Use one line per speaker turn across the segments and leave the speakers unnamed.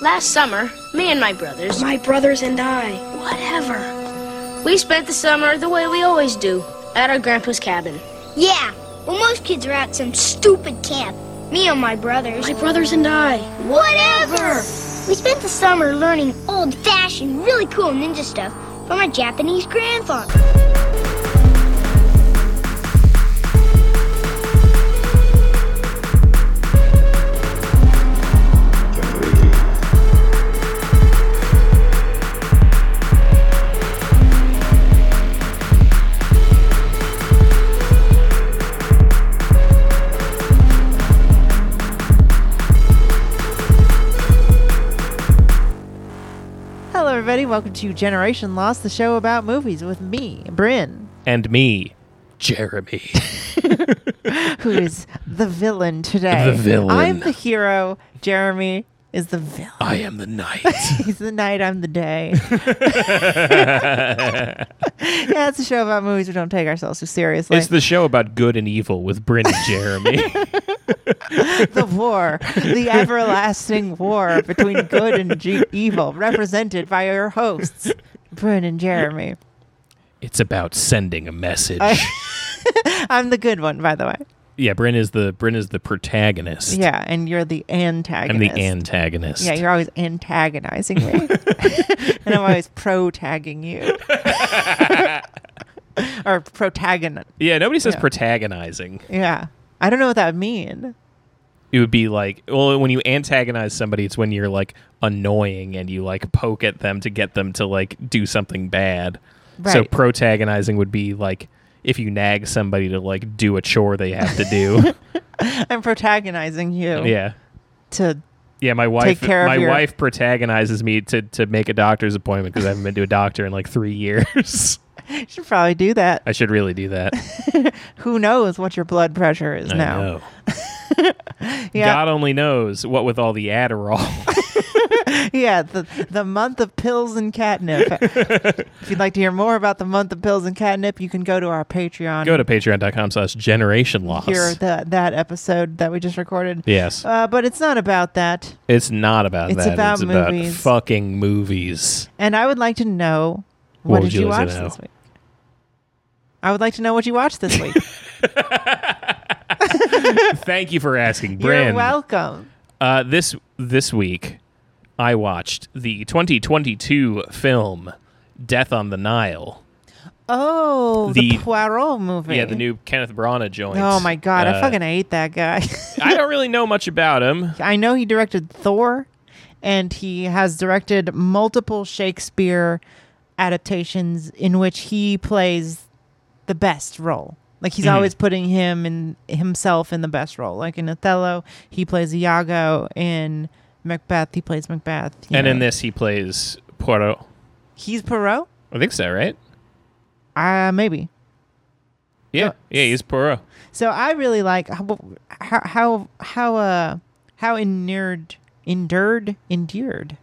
Last summer, me and my brothers,
My brothers and I.
whatever, we spent the summer the way we always do at our grandpa's cabin.
Yeah, well, most kids are at some stupid camp. Me and my brothers.
My brothers and I.
Whatever! We spent the summer learning old fashioned, really cool ninja stuff from our Japanese grandfather.
Hello, everybody. Welcome to Generation Lost, the show about movies with me, Bryn,
and me, Jeremy.
who is the villain today.
The villain.
I'm the hero. Jeremy is the villain.
I am the knight.
He's the night, I'm the day. yeah, it's a show about movies. We don't take ourselves too seriously.
it's the show about good and evil with Bryn and Jeremy.
the war, the everlasting war between good and ge- evil, represented by your hosts, Bryn and Jeremy.
it's about sending a message.
I'm the good one, by the way.
yeah, Bryn is the Bryn is the protagonist.
Yeah, and you're the antagonist.
I'm the antagonist.
Yeah, you're always antagonizing me. and I'm always pro tagging you. or protagonist.
Yeah, nobody says
Yeah.
protagonizing.
Yeah. I don't know what that would mean.
It would be like, well, when you antagonize somebody, it's when you're like annoying and you like poke at them to get them to like do something bad. So
Right.
protagonizing would be like if you nag somebody to like do a chore they have to do.
I'm protagonizing you
yeah.
to
Yeah, my wife.
care of
my
your-
wife protagonizes me to to make a doctor's appointment because I haven't been to a doctor in like three years.
you should probably do that.
I should really do that.
Who knows what your blood pressure is
I
now?
know.
Yeah,
God only knows what with all the Adderall.
yeah. The the month of pills and catnip. if you'd like to hear more about the month of pills and catnip, you can go to our Patreon.
Go to Patreon.com/slash Generation
hear
Loss.
the, that episode that we just recorded.
Yes,
Uh, but it's not about that.
it's not about
it's
that.
about
it's about
movies.
fucking movies.
And I would like to know
What
what,
would
did
you
you
like
watch
to know?
this week? I would like to know what you watched this week.
Thank you for asking, Bryn.
You're welcome.
Uh, this this week, I watched the 2022 film Death on the Nile.
Oh, the,
The-
Poirot movie.
Yeah, the new Kenneth Branagh joint.
Oh my god, I
Uh,
fucking hate that guy.
I don't really know much about him.
I know he directed Thor, and he has directed multiple Shakespeare adaptations in which he plays the best role. Like
Mm-hmm.
he's always putting him and himself in the best role. Like in Othello, he plays Iago. In Macbeth, he plays Macbeth. you
And in
know.
this, he plays Poirot.
he's Perot.
I think so, right?
Uh, maybe.
Yeah,
Uh,
yeah, he's Poirot.
So I really like how how how how, uh, how inured, endured, endured.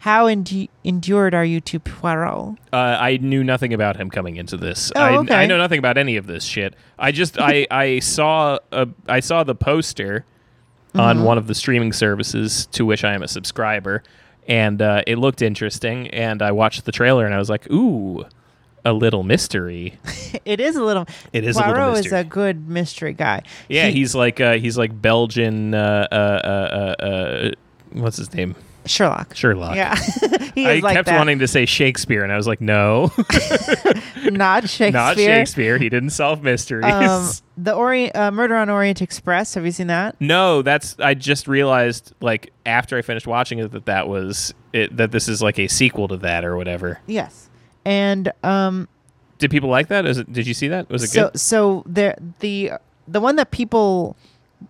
How endu- endured are you to Poirot?
Uh, I knew nothing about him coming into this.
Oh,
I,
okay.
I know nothing about any of this shit. I just I I saw a, I saw the poster
Mm-hmm.
on one of the streaming services to which I am a subscriber, and uh, it looked interesting. And I watched the trailer, and I was like, ooh, a little mystery.
It is a little.
It is a
Poirot
little
is
mystery.
a good mystery guy.
Yeah,
He-
he's like uh, he's like Belgian. Uh, uh, uh, uh, uh, what's his name?
Sherlock.
Sherlock.
Yeah, he
I
is like
kept
that.
wanting to say Shakespeare, and I was like, no,
not Shakespeare.
not Shakespeare. He didn't solve mysteries.
Um, the Ori- uh, Murder on Orient Express. Have you seen that?
no, that's. I just realized, like, after I finished watching it, that that was it, that this is like a sequel to that or whatever.
Yes. And um,
Did people like that? Is it? Did you see that? Was it
so
good?
so there the the one that people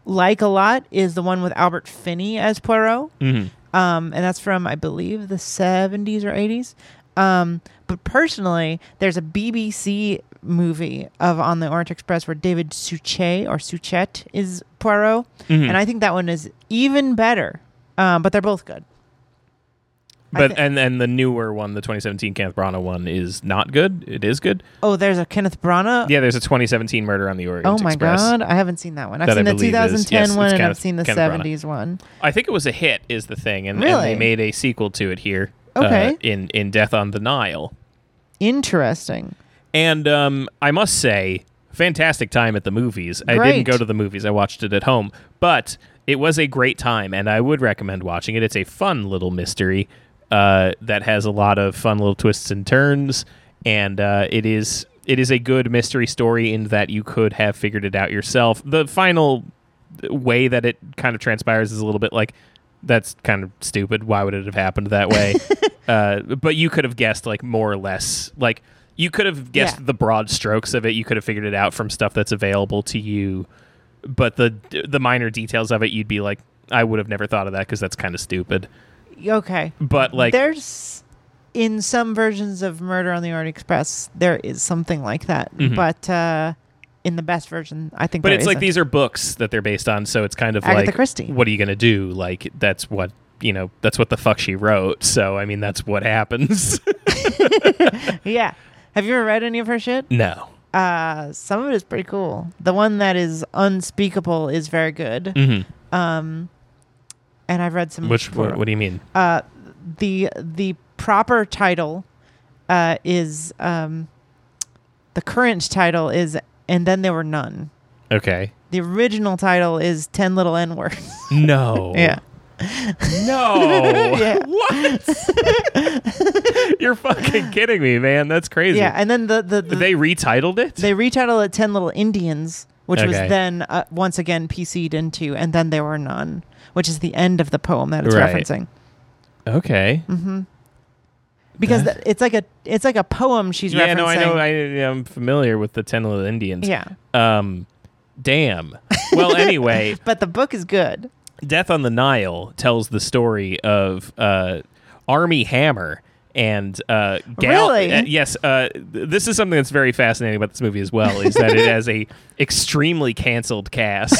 like a lot is the one with Albert Finney as Poirot.
Mm-hmm.
um, and that's from I believe the seventies or eighties. Um, but personally, there's a BBC movie of On the Orient Express where David Suchet or Suchet is
Mm-hmm.
Poirot, and I think that one is even better. Um, but they're both good.
But
thi-
and and the newer one, the 2017 Kenneth Branagh one, is not good. It is good.
Oh, there's a Kenneth Branagh.
Yeah, there's a 2017 Murder on the Orient
Oh my
Express.
god, I haven't seen that one. I've
That I
seen the
believe is-
2010
yes, it's
one, and
Kenneth-
I've seen the
Kenneth Branagh.
70s one.
I think it was a hit, is the thing, and, and
Really?
they made a sequel to it here.
Okay.
Uh, in in Death on the Nile,
Interesting.
and um, I must say, fantastic time at the movies. I
Great.
didn't go to the movies; I watched it at home, but it was a great time, and I would recommend watching it. It's a fun little mystery uh, that has a lot of fun little twists and turns, and uh, it is it is a good mystery story in that you could have figured it out yourself. The final way that it kind of transpires is a little bit like that's kind of stupid. Why would it have happened that way? uh, but you could have guessed like more or less like you could have guessed
Yeah.
the broad strokes of it. You could have figured it out from stuff that's available to you. But the the minor details of it, you'd be like, I would have never thought of that because that's kind of stupid.
Okay.
But like,
there's in some versions of Murder on the Orient Express, there is something like that, but uh, in the best version, I think.
Mm-hmm. but
there
it's like
isn't.
these are books that they're based on, so it's kind of
Agatha
like,
Christie.
what are you gonna do? Like that's what you know. That's what the fuck she wrote. So I mean, that's what happens.
Yeah. Have you ever read any of her shit?
no.
Uh, some of it is pretty cool. The one that is unspeakable is very good. Um,
Mm-hmm.
and I've read some.
Which
before.
what, what do you mean?
the the proper title uh, is um, the current title is and then there were none.
okay.
The original title is Ten Little N Words.
No.
yeah,
No.
Yeah.
What? You're fucking kidding me, man. That's crazy.
yeah, and then the the, the they
they retitled it.
retitle it Ten Little Indians, which was
Okay.
then uh, once again PC'd into and then there were none, which is the end of the poem that it's
Right.
referencing.
okay.
Mm-hmm. Because th- it's like a it's like a poem she's
Yeah.
referencing.
No, I know. I, I'm familiar with the Ten Little Indians.
yeah,
Um. Damn. Well, anyway,
but the book is good.
Death on the Nile tells the story of uh, Army Hammer and uh, Gal.
Really?
uh, yes, uh, th- this is something that's very fascinating about this movie as well. Is that it has a extremely canceled cast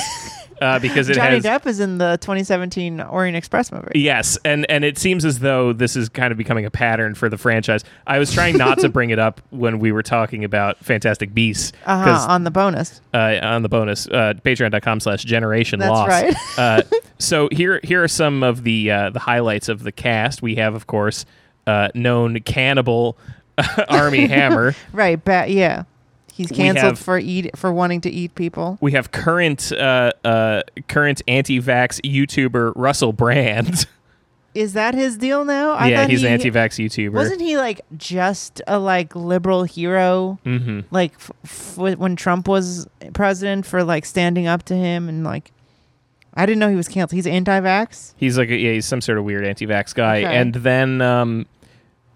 uh, because it
Johnny
has E
Depp is in the 2017 Orient Express movie.
Yes, and and it seems as though this is kind of becoming a pattern for the franchise. I was trying not to bring it up when we were talking about Fantastic Beasts
uh-huh, on the bonus.
uh, on the bonus uh, patreon.com slash generation
That's
loss
right.
uh, so here here are some of the uh, the highlights of the cast we have of course uh, known cannibal army hammer
Right, but yeah. He's
We
canceled
have-
for eat for wanting to eat people.
we have current uh, uh, current anti-vax youtuber russell brand
Is that his deal now? I
yeah
thought
he's
he-
an anti-vax youtuber
Wasn't he like just a like liberal hero? Mm-hmm. Like f- f- when Trump was president for like standing up to him and like I didn't know he was canceled. He's anti-vax.
he's like a, yeah he's some sort of weird anti-vax guy
Okay.
and then um,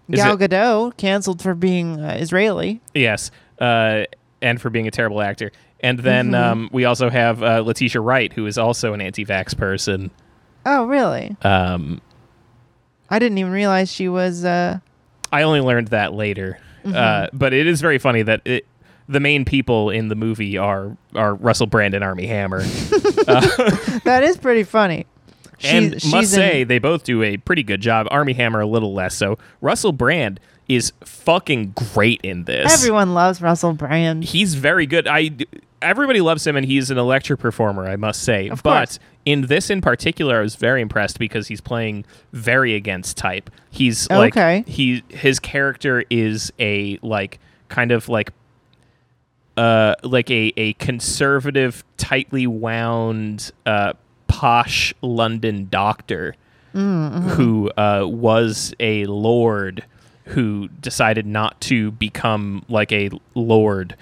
is
Gal
it-
Gadot canceled for being uh, Israeli.
Yes, uh, and for being a terrible actor. And then
Mm-hmm.
um, we also have uh, Letitia Wright, who is also an anti-vax person.
Oh, really?
Um,
I didn't even realize she was uh
I only learned that later, uh,
Mm-hmm.
but it is very funny that it, the main people in the movie are are Russell Brand and Army Hammer.
That is pretty funny.
and
She's-
must
she's in-
say they both do a pretty good job. Army Hammer a little less so. Russell Brand is fucking great in this.
everyone loves Russell Brand.
he's very good. I everybody loves him, and he's an electric performer. I must say,
Of
but
course.
in this in particular, I was very impressed because he's playing very against type. He's like
Okay.
he his character is a like kind of like uh like a a conservative, tightly wound, uh, posh London doctor who uh, was a lord who decided not to become like a lord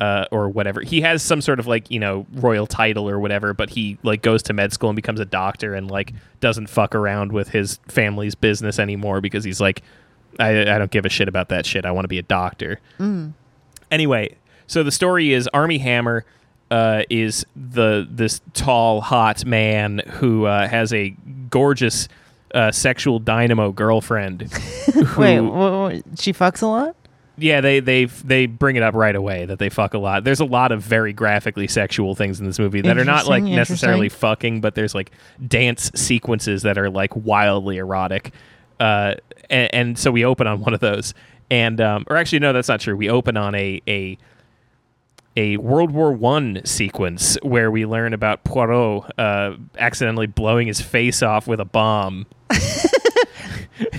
uh, or whatever. He has some sort of like you know royal title or whatever, but he like goes to med school and becomes a doctor and like doesn't fuck around with his family's business anymore because he's like, I, I don't give a shit about that shit. I want to be a doctor anyway, so the story is Army Hammer uh, is the this tall, hot man who uh, has a gorgeous uh, sexual dynamo girlfriend. who,
Wait, wha- wha- she fucks a lot?
yeah, they they they bring it up right away that they fuck a lot. There's a lot of very graphically sexual things in this movie that are not like
Interesting,
necessarily
interesting.
fucking, but there's like dance sequences that are like wildly erotic. uh, and, and so we open on one of those, and um, or actually no, that's not true. We open on a a a World War One sequence where we learn about Poirot uh, accidentally blowing his face off with a bomb.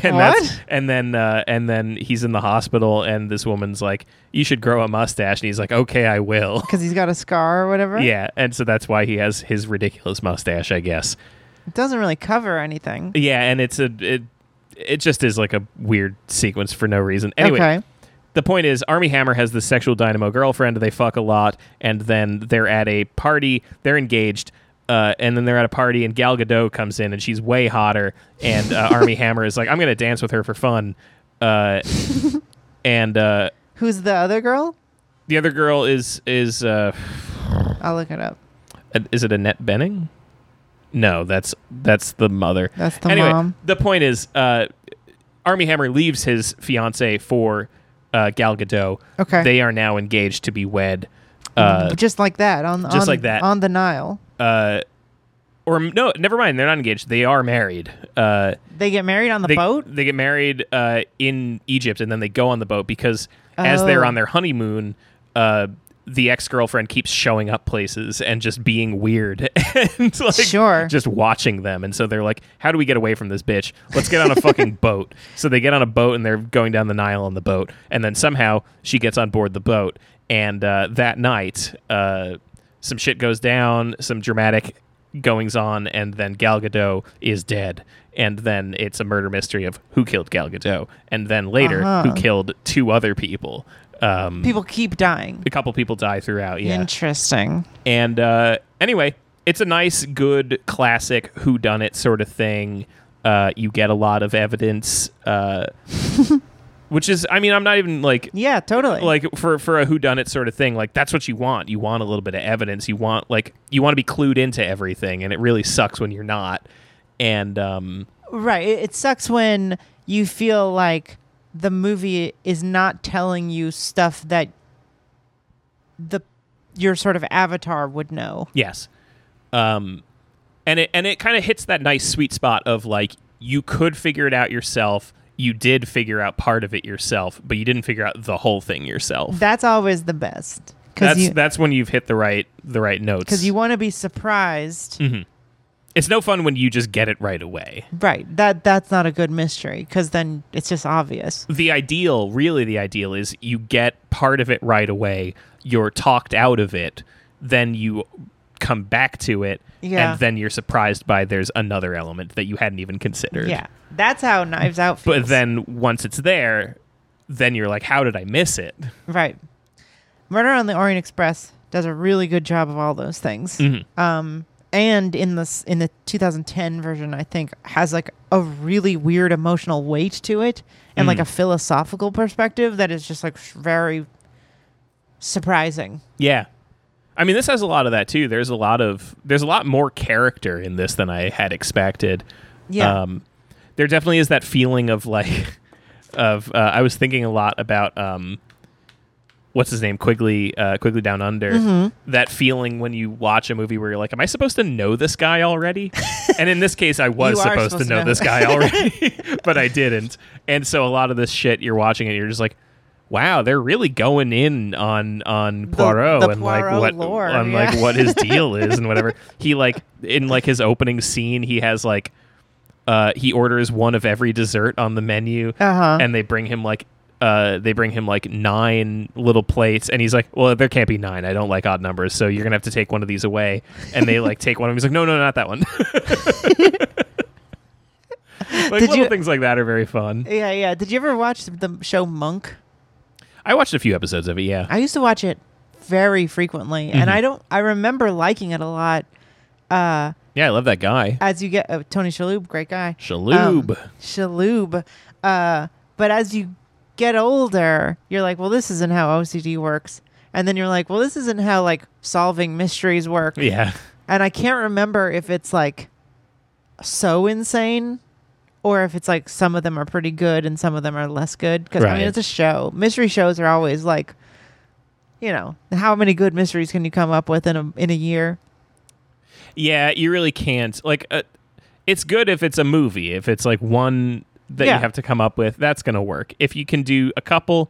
and that's
What?
and then uh, and then he's in the hospital and this woman's like, "You should grow a mustache," and he's like, "Okay, I will."
because he's got a scar or whatever.
yeah, and so that's why he has his ridiculous mustache, I guess.
It doesn't really cover anything.
Yeah, and it's a it it just is like a weird sequence for no reason. Anyway,
okay.
the point is Army Hammer has this sexual dynamo girlfriend, they fuck a lot, and then they're at a party, they're engaged. Uh, and then they're at a party, and Gal Gadot comes in, and she's way hotter. And uh, Army Hammer is like, "I'm gonna dance with her for fun." Uh, and uh,
Who's the other girl?
the other girl is is uh,
I'll look it up.
is it Annette Benning? No, that's that's the mother.
That's the
anyway,
mom.
The point is, uh, Army Hammer leaves his fiance for uh, Gal Gadot.
Okay.
they are now engaged to be wed. Uh,
just like that on
just
on-
like that.
on the Nile.
uh, or no, never mind. They're not engaged. They are married. Uh,
They get married on the
they,
boat.
They get married uh, in Egypt, and then they go on the boat because as
Oh.
they're on their honeymoon, uh, the ex girlfriend keeps showing up places and just being weird and like
Sure.
just watching them. And so they're like, "How do we get away from this bitch? Let's get on a fucking boat." So they get on a boat and they're going down the Nile on the boat, and then somehow she gets on board the boat, and uh, that night. Uh, some shit goes down, some dramatic goings on, and then Gal Gadot is dead. And then it's a murder mystery of who killed Gal Gadot, and then later
Uh-huh.
who killed two other people. Um,
People keep dying.
a couple people die throughout, yeah.
Interesting.
and uh, anyway, it's a nice, good, classic who done it sort of thing. Uh, you get a lot of evidence, uh, which is, I mean, I'm not even like
Yeah, totally.
like for for a whodunit sort of thing like that's what you want you want a little bit of evidence you want like you want to be clued into everything and it really sucks when you're not and um
right. It, it sucks when you feel like the movie is not telling you stuff that the your sort of avatar would know.
yes um and it and it kind of hits that nice sweet spot of like you could figure it out yourself you did figure out part of it yourself but you didn't figure out the whole thing yourself
That's always the best because
that's
you
that's when you've hit the right the right notes
because you want to be surprised.
Mm-hmm. it's no fun when you just get it right away
Right. That that's not a good mystery because then it's just obvious.
the ideal, really the ideal is you get part of it right away, you're talked out of it, then you come back to it,
Yeah.
and then you're surprised by there's another element that you hadn't even considered.
Yeah. That's how Knives Out feels.
But then once it's there, then you're like, how did I miss it?
Right. Murder on the Orient Express does a really good job of all those things. Um, and in this in the 2010 version, I think has like a really weird emotional weight to it, and like a philosophical perspective that is just like sh- very surprising.
Yeah. I mean, this has a lot of that too. There's a lot of there's a lot more character in this than I had expected.
Yeah.
Um, there definitely is that feeling of like of uh, I was thinking a lot about um, what's his name Quigley uh, Quigley Down Under.
Mm-hmm.
That feeling when you watch a movie where you're like, am I supposed to know this guy already? and in this case, I was
You are
supposed, to
supposed to
know,
know.
this guy already, but I didn't. And so a lot of this shit you're watching and you're just like. Wow, they're really going in on on Poirot
the
and like
Poirot
what
lore,
on like
yeah.
what his deal is and whatever. He like in like his opening scene, he has like uh, he orders one of every dessert on the menu,
Uh-huh.
and they bring him like uh, they bring him like nine little plates, and he's like, "Well, there can't be nine. I don't like odd numbers, so you're gonna have to take one of these away." And they like take one of them. He's like, "No, no, not that one."
Did
like little
you-
things like that are very fun.
Yeah, yeah. Did you ever watch the show Monk?
I watched a few episodes of it. Yeah,
I used to watch it very frequently, and I don't. I remember liking it a lot.
yeah, I love that guy,
As you get uh, Tony Shalhoub, great guy.
Shalhoub.
Um, Shalhoub. Uh, but as you get older, you're like, well, this isn't how OCD works. And then you're like, well, this isn't how like solving mysteries work.
yeah,
And I can't remember if it's like so insane or if it's like some of them are pretty good and some of them are less good. Because I
Right.
mean, it's a show. Mystery shows are always like, you know, how many good mysteries can you come up with in a in a year?
yeah. You really can't like. Uh, it's good if it's a movie. If it's like one that
Yeah.
you have to come up with, that's going to work. If you can do a couple,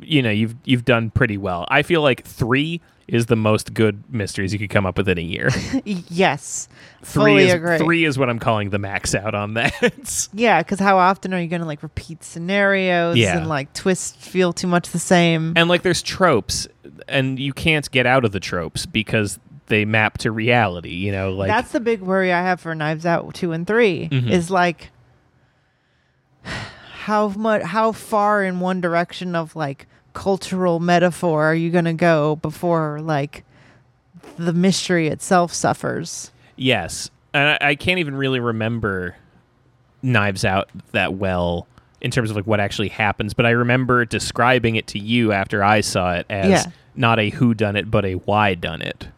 you know, you've you've done pretty well. I feel like 3 is the most good mysteries you could come up with in a year. 3
Yes. Fully
is
agree.
3 is what I'm calling the max out on that.
Yeah, because how often are you going to like repeat scenarios
Yeah.
and like twists feel too much the same?
and like there's tropes and you can't get out of the tropes because they map to reality, you know, like Mm-hmm.
That's the big worry I have for Knives Out two and 3 is like how much, how far in one direction of like cultural metaphor are you going to go before like the mystery itself suffers?
Yes, and I, I can't even really remember Knives Out that well in terms of like what actually happens, but I remember describing it to you after I saw it as
Yeah.
not a who done it, but a why done it,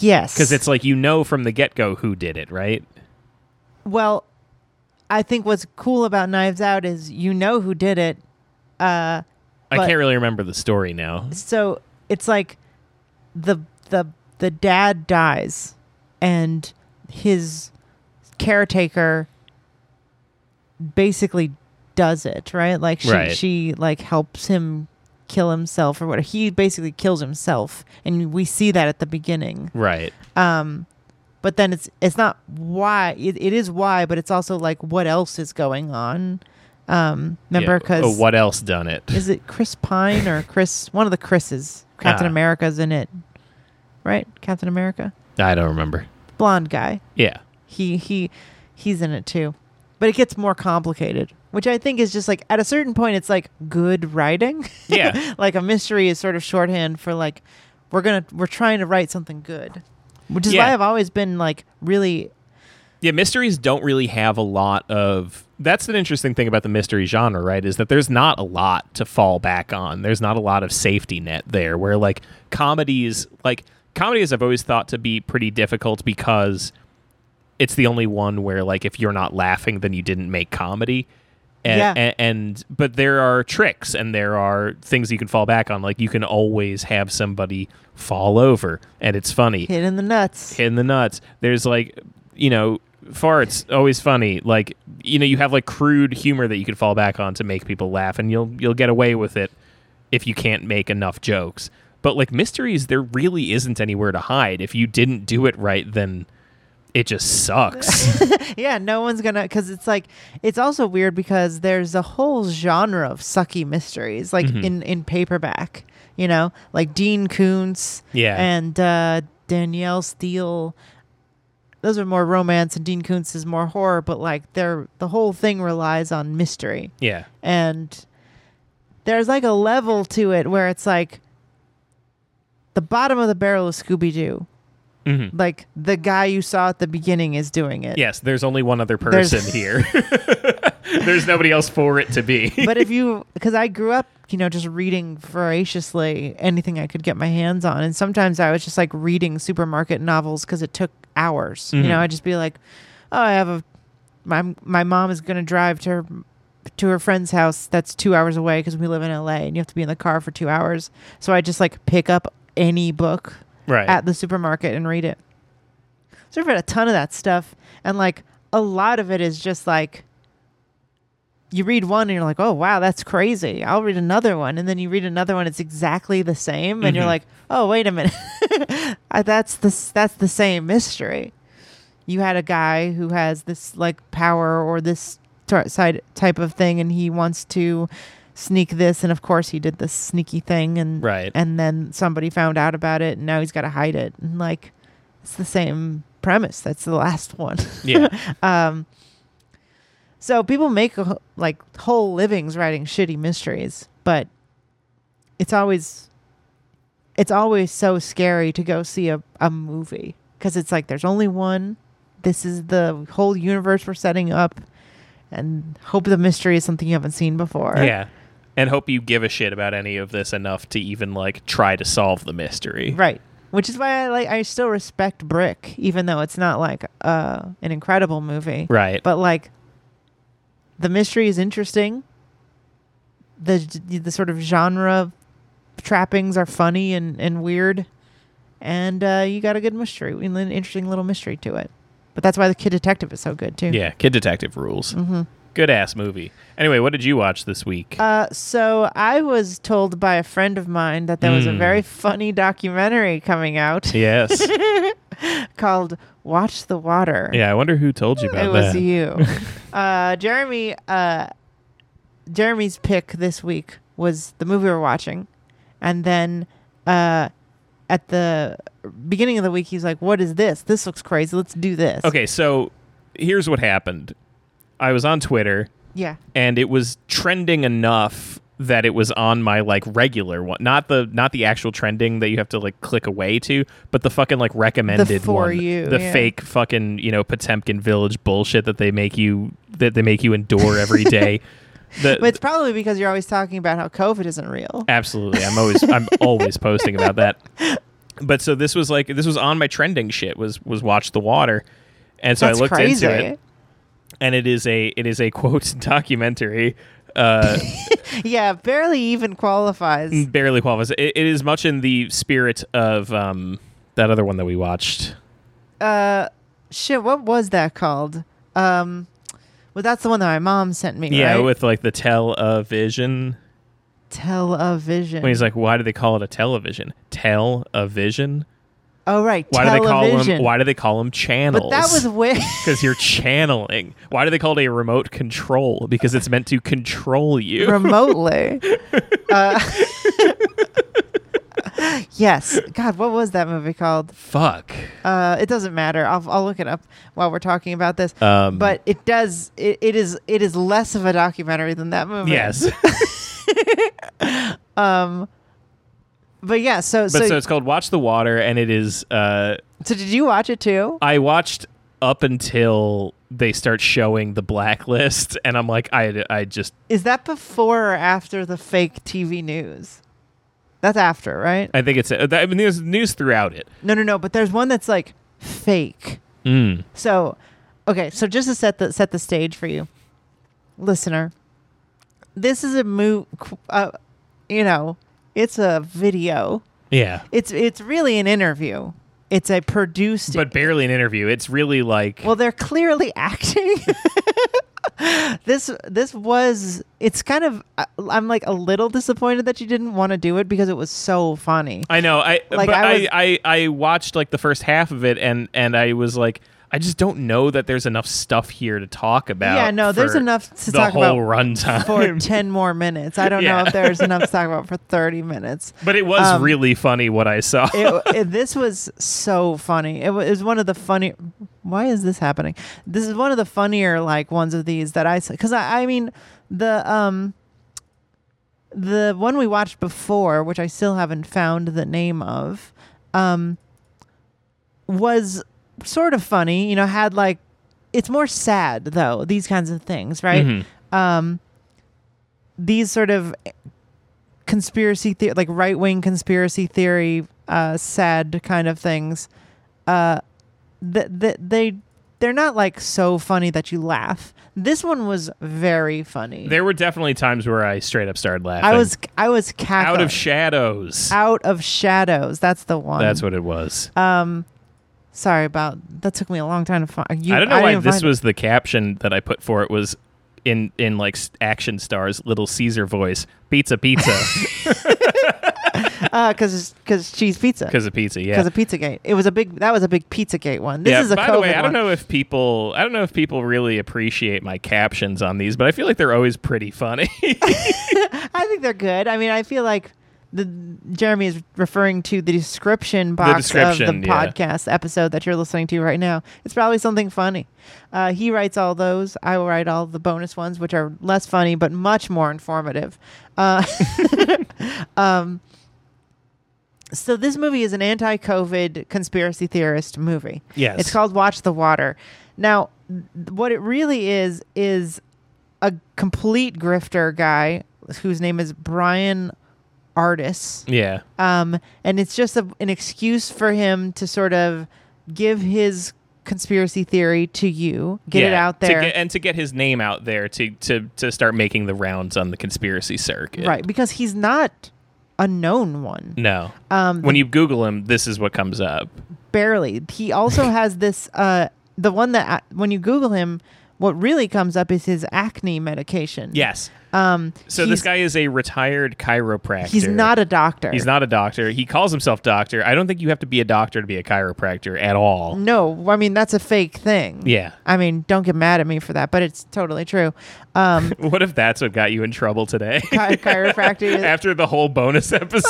Yes,
because it's like you know from the get go who did it, right?
Well, I think what's cool about Knives Out is you know who did it, But-
I can't really remember the story now.
so it's like the the the dad dies and his caretaker basically does it right like she
Right.
she like helps him kill himself or what he basically kills himself and we see that at the beginning
Right.
but then it's it's not why it, it is why but it's also like what else is going on um remember because
oh, what else done it?
is it Chris Pine or Chris? One of the Chris's. Captain
Ah.
America's in it, right? Captain America,
I don't remember.
blonde guy.
Yeah.
He he he's in it too, but it gets more complicated, which I think is just like at a certain point, it's like good writing.
Yeah.
like a mystery is sort of shorthand for like we're gonna we're trying to write something good, which is why
Yeah.
I've always been like really
Yeah, mysteries don't really have a lot of. That's an interesting thing about the mystery genre, right? Is that there's not a lot to fall back on. There's not a lot of safety net there. Where like comedies, like comedies, I've always thought to be pretty difficult because it's the only one where like if you're not laughing, then you didn't make comedy. And,
Yeah.
and, but there are tricks and there are things you can fall back on. Like you can always have somebody fall over, and it's funny
hit in the nuts.
in the nuts. There's like, you know, farts always funny. Like, you know, you have like crude humor that you could fall back on to make people laugh, and you'll you'll get away with it if you can't make enough jokes. But like mysteries, there really isn't anywhere to hide. If you didn't do it right, then it just sucks.
Yeah, no one's gonna because it's like it's also weird because there's a whole genre of sucky mysteries, like in in paperback, you know, like Dean Koontz,
Yeah.
and uh, Danielle Steele. Those are more romance, and Dean Koontz is more horror. But like, they're the whole thing relies on mystery,
yeah.
and there's like a level to it where it's like the bottom of the barrel of Scooby Doo. Like the guy you saw at the beginning is doing it.
Yes, there's only one other
There's-
person here. there's nobody else for it to be.
but if you because i grew up you know just reading voraciously anything i could get my hands on and sometimes i was just like reading supermarket novels because it took hours you know i'd just be like oh i have a my my mom is going to drive to her to her friend's house that's two hours away because we live in la and you have to be in the car for two hours so i just like pick up any book
Right.
at the supermarket and read it so i've read a ton of that stuff and like a lot of it is just like you read one and you're like, oh wow, that's crazy. I'll read another one, and then you read another one, it's exactly the same, and you're like, oh wait a minute, I- that's the s- that's the same mystery. You had a guy who has this like power or this t- side type of thing, and he wants to sneak this, and of course he did this sneaky thing, and
Right.
and then somebody found out about it, and now he's got to hide it, and like it's the same premise. That's the last one.
yeah.
So people make a, wh- like whole livings writing shitty mysteries, but it's always it's always so scary to go see a, a movie because it's like there's only one. This is the whole universe we're setting up, and hope the mystery is something you haven't seen before.
Yeah. And hope you give a shit about any of this enough to even like try to solve the mystery.
right. Which is why I like I still respect Brick, even though it's not like uh, an incredible movie.
Right.
but like the mystery is interesting the the sort of genre trappings are funny and and weird and uh you got a good mystery an interesting little mystery to it but that's why the kid detective is so good too
Yeah, Kid Detective rules. Good ass movie. Anyway, what did you watch this week?
Mm-hmm. Uh, so I was told by a friend of mine that there was a very funny documentary coming out
yes.
called "Watch the Water."
yeah, I wonder who told you about
it
that.
was you, uh, Jeremy. Uh, Jeremy's pick this week was the movie we were watching, and then uh, at the beginning of the week, he's like, "What is this? This looks crazy. Let's do this."
Okay, so here's what happened. I was on Twitter
Yeah.
and it was trending enough that it was on my like regular one, not the not the actual trending that you have to like click away to, but the fucking like recommended
for
one,
you,
the
yeah.
fake fucking you know Potemkin Village bullshit that they make you that they make you endure every day. The-
But it's probably because you're always talking about how COVID isn't real.
Absolutely. I'm always I'm always posting about that. But so this was like this was on my trending shit was was watch the water. And so
That's
I looked
crazy.
into it and it is a it is a quote documentary uh
Yeah, barely even qualifies.
barely qualifies. It, it is much in the spirit of um that other one that we watched.
Uh, Shit, what was that called? Um, well, that's the one that my mom sent me.
Yeah,
right?
with like the television.
television.
When he's like, why do they call it a television? Tell a vision?
oh right,
Why do they call
television.
them why do they call them channels?
But that was way.
because you're channeling. Why do they call it a remote control? Because it's meant to control you.
remotely. uh, yes. God, what was that movie called?
Fuck.
Uh, it doesn't matter. I'll, I'll look it up while we're talking about this.
Um,
but it does. It, it is. It is less of a documentary than that movie.
Yes.
But yeah. So
but
so,
so,
so
it's called Watch the Water, and it is. Uh,
did you watch it too?
I watched up until they start showing the blacklist, and I'm like, I, I just,
Is that before or after the fake TV news? That's after, right?
I think it's. I mean, there's news throughout it.
No, no, no. But there's one that's like fake.
Mm.
So, okay. So just to set the set the stage for you, listener, this is a move. Uh, you know, it's a video.
Yeah.
It's it's really an interview. It's a produced.
But barely an interview. It's really like.
well, they're clearly acting. this this was. It's kind of. I- I'm like a little disappointed that you didn't want to do it because it was so funny.
I know. I
Like,
but
I
I,
was-
I, I watched like the first half of it, and and I was like, I just don't know that there's enough stuff here to talk about.
Yeah, no, there's
for
enough to
the
talk
whole
about
runtime.
for 10 more minutes. I don't
Yeah.
know if there's enough to talk about for 30 minutes.
but it was
um,
really funny what I saw.
It, it- this was so funny. It wa- it was one of the funny. Why is this happening? This is one of the funnier like ones of these that I because I, I mean the um the one we watched before, which I still haven't found the name of, um, was sort of funny. You know, had like it's more sad though. These kinds of things, right?
Mhm.
um, these sort of conspiracy the- like right wing conspiracy theory, uh, sad kind of things. Uh, th- th- they they're not like so funny that you laugh. This one was very funny.
There were definitely times where I straight up started laughing.
I was I was cackling.
out of shadows.
out Um, of shadows. That's the one.
That's what it was.
Sorry about that. Took me a long time to find. You,
I don't know why
didn't
this
find it.
was the caption that I put for it was in in like s- action stars little Caesar voice pizza pizza
uh because because cheese pizza
because of pizza yeah
because of Pizzagate. It was a big that was a big Pizzagate one. This
yeah,
is a
by
COVID
the way, I
one.
don't know if people I don't know if people really appreciate my captions on these, but I feel like they're always pretty funny.
I think they're good. I mean, I feel like the Jeremy is referring to the description box
description,
of the
yeah.
podcast episode that you're listening to right now. It's probably something funny. Uh, he writes all those. I will write all the bonus ones, which are less funny but much more informative. Uh, um, so this movie is an anti-COVID conspiracy theorist movie.
Yes.
it's called Watch the Water. Now, th- what it really is is a complete grifter guy whose name is Brian Artis.
yeah.
Um, and it's just a, an excuse for him to sort of give his conspiracy theory to you, get it
Yeah,
out
to
there.
get- and to get his name out there to to to start making the rounds on the conspiracy circuit.
right. Because he's not a known one.
No. Um, when you Google him, this is what comes up.
barely. He also has this uh the one that I, when uh, you Google him, What really comes up is his acne medication.
Yes.
Um.
So this
he's-
guy is a retired chiropractor.
He's not a doctor.
He's not a doctor. He calls himself doctor. I don't think you have to be a doctor to be a chiropractor at all.
No, I mean that's a fake thing.
Yeah.
I mean, don't get mad at me for that, but it's totally true. Um,
What if that's what got you in trouble today?
chi- chiropractic.
After the whole bonus episode,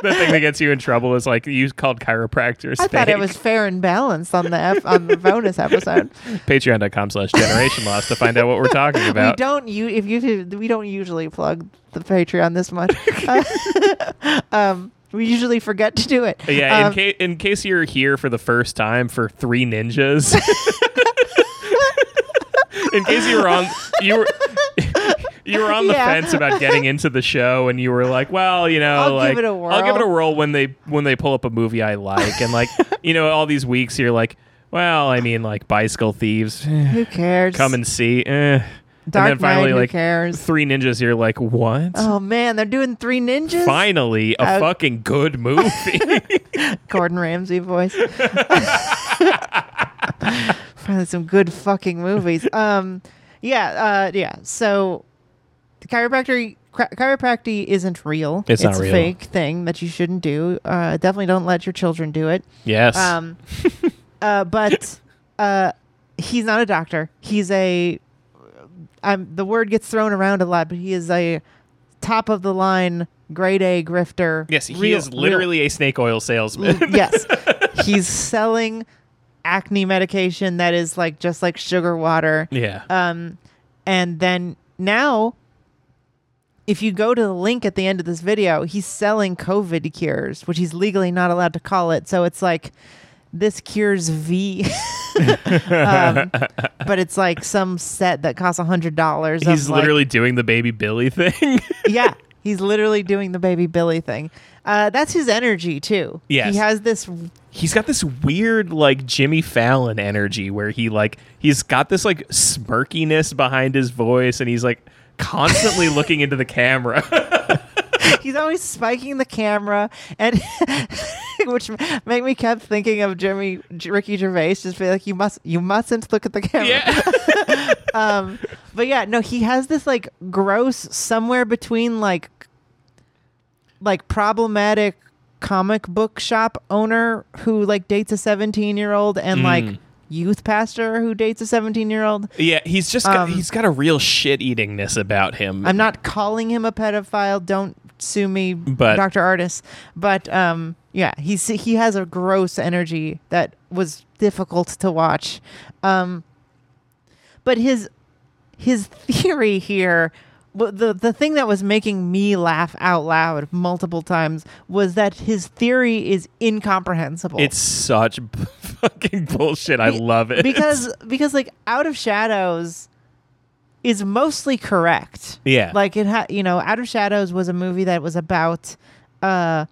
the thing that gets you in trouble is like you called chiropractors.
I thought it
fake.
was fair and balanced on the F- on the bonus episode.
patreon.com slash generation loss to find out what we're talking
we
about.
don't you if you we don't usually plug the Patreon this much. um, we usually forget to do it.
yeah, in,
Um,
ca- in case you're here for the first time for Three Ninjas. in case you were on you were you were on the
Yeah.
fence about getting into the show and you were like, well, you know,
I'll give
like
it a
I'll give it a
whirl.
whirl when they when they pull up a movie I like and like, you know, all these weeks you're like, well, I mean like Bicycle Thieves, eh,
who cares?
come and see. Eh.
Dark
and then finally
Knight, who
like
cares?
Three Ninjas you're like, what?
Oh man, they're doing three ninjas.
finally a
Uh,
fucking good movie.
Gordon Ramsay voice. Finally, some good fucking movies. Um, yeah, uh, yeah. So, the chiropractic chi- chiropractic isn't real.
It's not
a
real.
fake thing that you shouldn't do. Uh, definitely don't let your children do it.
yes.
Um, uh, but uh, he's not a doctor. He's a. I'm, the word gets thrown around a lot, but he is a top of the line grade A grifter.
yes, he
Real- Mm.
is
real-
literally a snake oil salesman.
yes. He's selling acne medication that is like just like sugar water.
yeah.
Um and then now if you go to the link at the end of this video, he's selling COVID cures, which he's legally not allowed to call it. So it's like this cures V. um, but it's like some set that costs a hundred dollars.
He's literally doing the baby Billy thing.
yeah, he's literally doing the baby Billy thing. Uh, that's his energy too.
Yes.
he has this
he's got this weird like Jimmy Fallon energy where he like he's got this like smirkiness behind his voice and he's like constantly looking into the camera.
he's always spiking the camera and which make me kept thinking of Jimmy J- Ricky Gervais just be like you must you mustn't look at the camera um but yeah no he has this like gross somewhere between like like problematic comic book shop owner who like dates a 17 year old and like youth pastor who dates a 17 year old
yeah, he's just got,
Um,
he's got a real shit eatingness about him.
I'm not calling him a pedophile. Don't sue me,
But-
Dr. Artis. But um, yeah, he's he has a gross energy that was difficult to watch. Um, but his his theory here, w- the the thing that was making me laugh out loud multiple times was that his theory is incomprehensible.
it's such b- fucking bullshit. I love it.
because because like out of shadows is mostly correct
Yeah.
like it had you know out of shadows was a movie that was about uh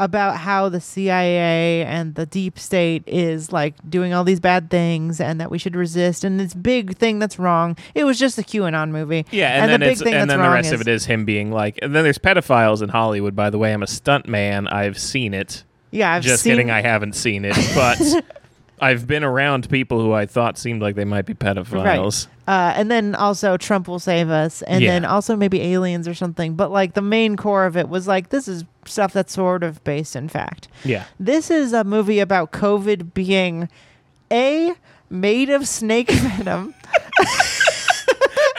about how the cia and the deep state is like doing all these bad things and that we should resist and this big thing that's wrong it was just a qanon movie
Yeah, and, then
the big
it's,
thing
and
that's
then the
wrong
rest
is
of it is him being like, and then there's pedophiles in Hollywood. By the way, I'm a stunt man. I've seen it.
yeah i've
Just
seen
kidding, I haven't seen it, but I've been around people who I thought seemed like they might be pedophiles.
Uh, and then also Trump will save us, and
Yeah.
then also maybe aliens or something. But like the main core of it was like this is stuff that's sort of based in fact.
Yeah,
This is a movie about COVID being a made of snake venom.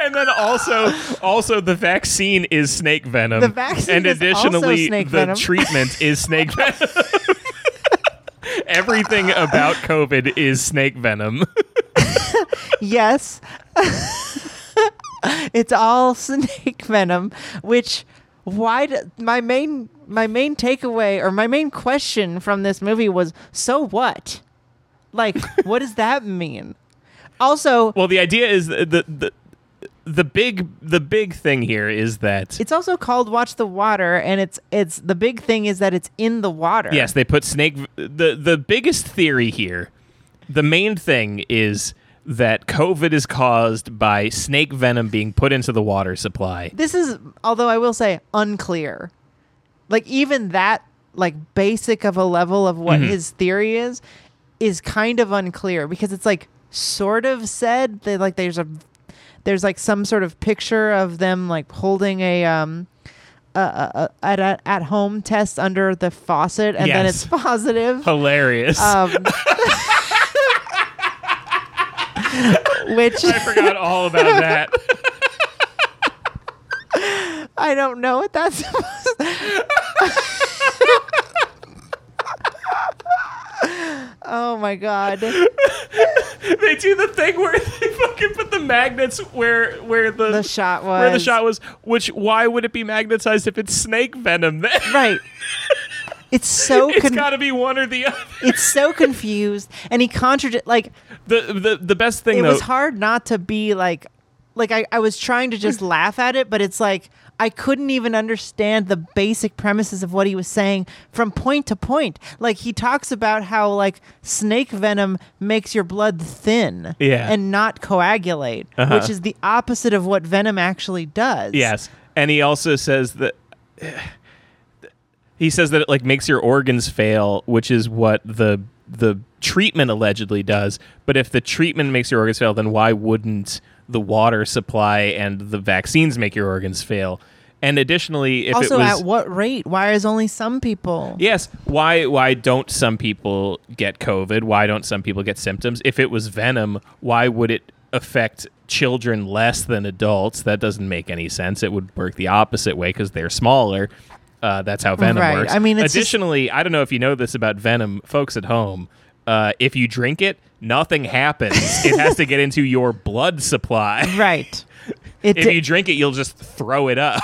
and then also, also the vaccine is snake venom.
The vaccine
and
is
additionally,
also snake
the
venom.
treatment is snake venom. Everything about COVID is snake venom.
yes, it's all snake venom. Which why d- my main my main takeaway or my main question from this movie was so what? Like what does that mean? Also,
well, the idea is the the. the the big the big thing here is that
It's also called Watch the Water, and it's it's the big thing is that it's in the water.
Yes, they put snake. The the biggest theory here, the main thing is that COVID is caused by snake venom being put into the water supply.
This is although I will say unclear. Like even that like
Mm-hmm.
basic of a level of what his theory is is kind of unclear because it's like sort of said that like there's a there's like some sort of picture of them like holding a um a, a, a, at a, at home test under the faucet and then it's
Yes.
positive
Hilarious.
um which
I forgot all about that.
I don't know what that's supposed Oh my god.
they do the thing where they fucking put the magnets where where the,
The shot was
where the shot was. Which why would it be magnetized if it's snake venom? Then
right. It's so
it's
con-
got to be one or the other.
it's so confused and he contradict like
The the the best thing
it
though.
was hard not to be like like I, I was trying to just laugh at it but it's like i couldn't even understand the basic premises of what he was saying from point to point like he talks about how like snake venom makes your blood thin
Yeah. Uh-huh.
and not coagulate which is the opposite of what venom actually does
Yes, and he also says that he says that it like makes your organs fail, which is what the the treatment allegedly does. But if the treatment makes your organs fail, then why wouldn't the water supply and the vaccines make your organs fail? And additionally, if
also
it was
at what rate why is only some people
Yes. Why why don't some people get COVID? Why don't some people get symptoms? If it was venom, why would it affect children less than adults? That doesn't make any sense. It would work the opposite way because they're smaller. Uh, that's how venom
Right.
works.
I mean, it's just-
additionally, I don't know if you know this about venom, folks at home. Uh, if you drink it, nothing happens. it has to get into your blood supply.
right it
If
di-
you drink it, you'll just throw it up.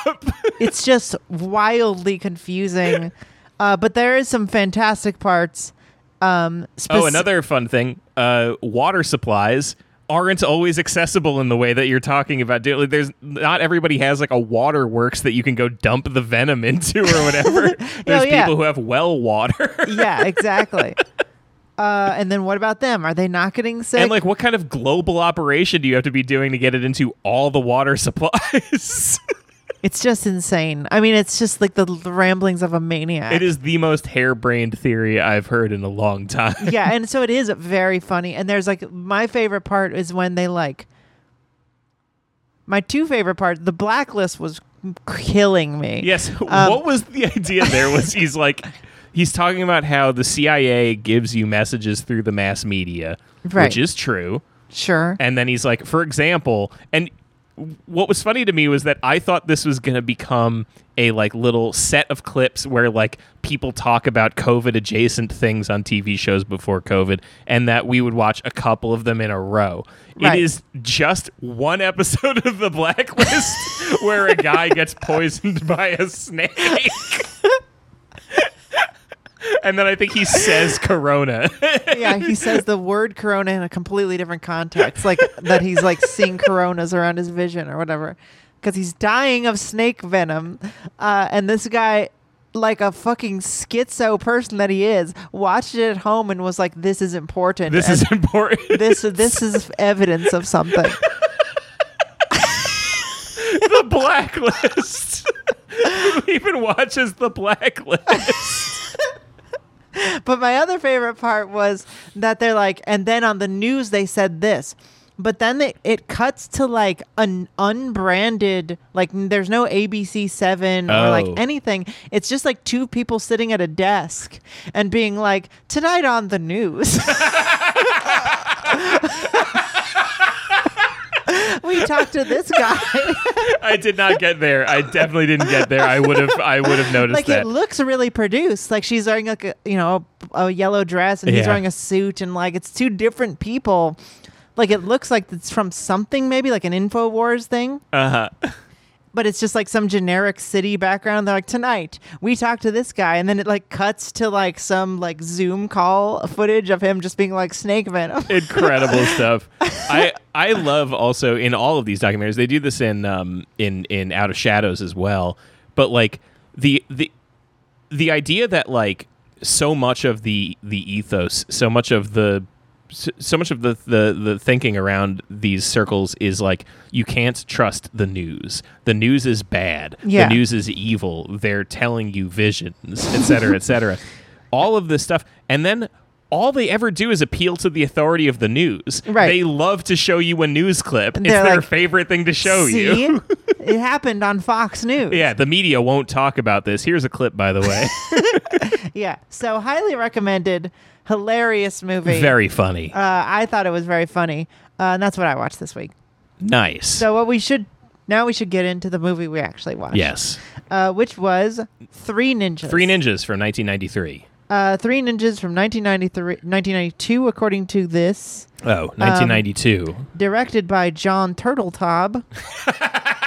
it's just wildly confusing. Uh, but there is some fantastic parts. Um, spec-
Oh, another fun thing: uh, water supplies aren't always accessible in the way that you're talking about. Do- like, There's not everybody has like a water works that you can go dump the venom into or whatever. There's
yeah.
people who have well water.
yeah, exactly. uh, and then what about them? Are they not getting sick?
And like, what kind of global operation do you have to be doing to get it into all the water supplies?
it's just insane. I mean, it's just like the, the ramblings of a maniac.
it is the most harebrained theory I've heard in a long time.
yeah, and so it is very funny. And there's like my favorite part is when they like my two favorite parts. The blacklist was killing me. Um,
Yes. what was the idea there? Was he's like, he's talking about how the CIA gives you messages through the mass media,
Right.
which is true.
sure.
And then he's like, for example, and what was funny to me was that I thought this was going to become a like little set of clips where like people talk about COVID adjacent things on TV shows before COVID and that we would watch a couple of them in a row.
Right.
It is just one episode of The Blacklist where a guy gets poisoned by a snake. and then I think he says corona.
yeah, he says the word corona in a completely different context, like that he's like seeing coronas around his vision or whatever, because he's dying of snake venom, uh, and this guy. Like a fucking schizo person that he is, watched it at home and was like, "This is important.
this
and
is important.
this this is evidence of something."
the blacklist. Who even watches the blacklist?
But my other favorite part was that they're like, and then on the news they said this, but then they, it cuts to like an unbranded, like n- there's no ABC Seven or like
Oh.
anything. It's just like two people sitting at a desk and being like, tonight on the news. we talked to this guy.
I did not get there. I definitely didn't get there. I would have. I would have noticed
like
that.
it looks really produced. Like she's wearing like a you know a, a yellow dress and he's
Yeah.
wearing a suit and like it's two different people. Like it looks like it's from something maybe like an Infowars thing. Uh huh.
Uh-huh.
But it's just like some generic city background. They're like, tonight we talked to this guy, and then it like cuts to like some like Zoom call footage of him just being like snake venom.
Incredible stuff. I I love also in all of these documentaries they do this in um in in Out of Shadows as well. But like the the the idea that like so much of the the ethos, so much of the so- so much of the, the the thinking around these circles is like you can't trust the news. The news is bad.
Yeah.
The news is evil. They're telling you visions, etc., cetera, etc. Cetera. All of this stuff, and then all they ever do is appeal to the authority of the news.
Right.
They love to show you a news clip.
They're
it's their
like,
favorite thing to show
See?
Oh, you.
it happened on Fox News.
yeah, the media won't talk about this. Here's a clip, by the way.
Yeah. So highly recommended, hilarious movie.
Very funny.
Uh, I thought it was very funny, uh, and that's what I watched this week.
nice.
So what we should now we should get into the movie we actually watched.
yes.
Uh, which was Three Ninjas.
Three Ninjas from 1993.
Uh, Three Ninjas from 1993, 1992, according to this,
Oh, 1992.
directed by John Turtletaub.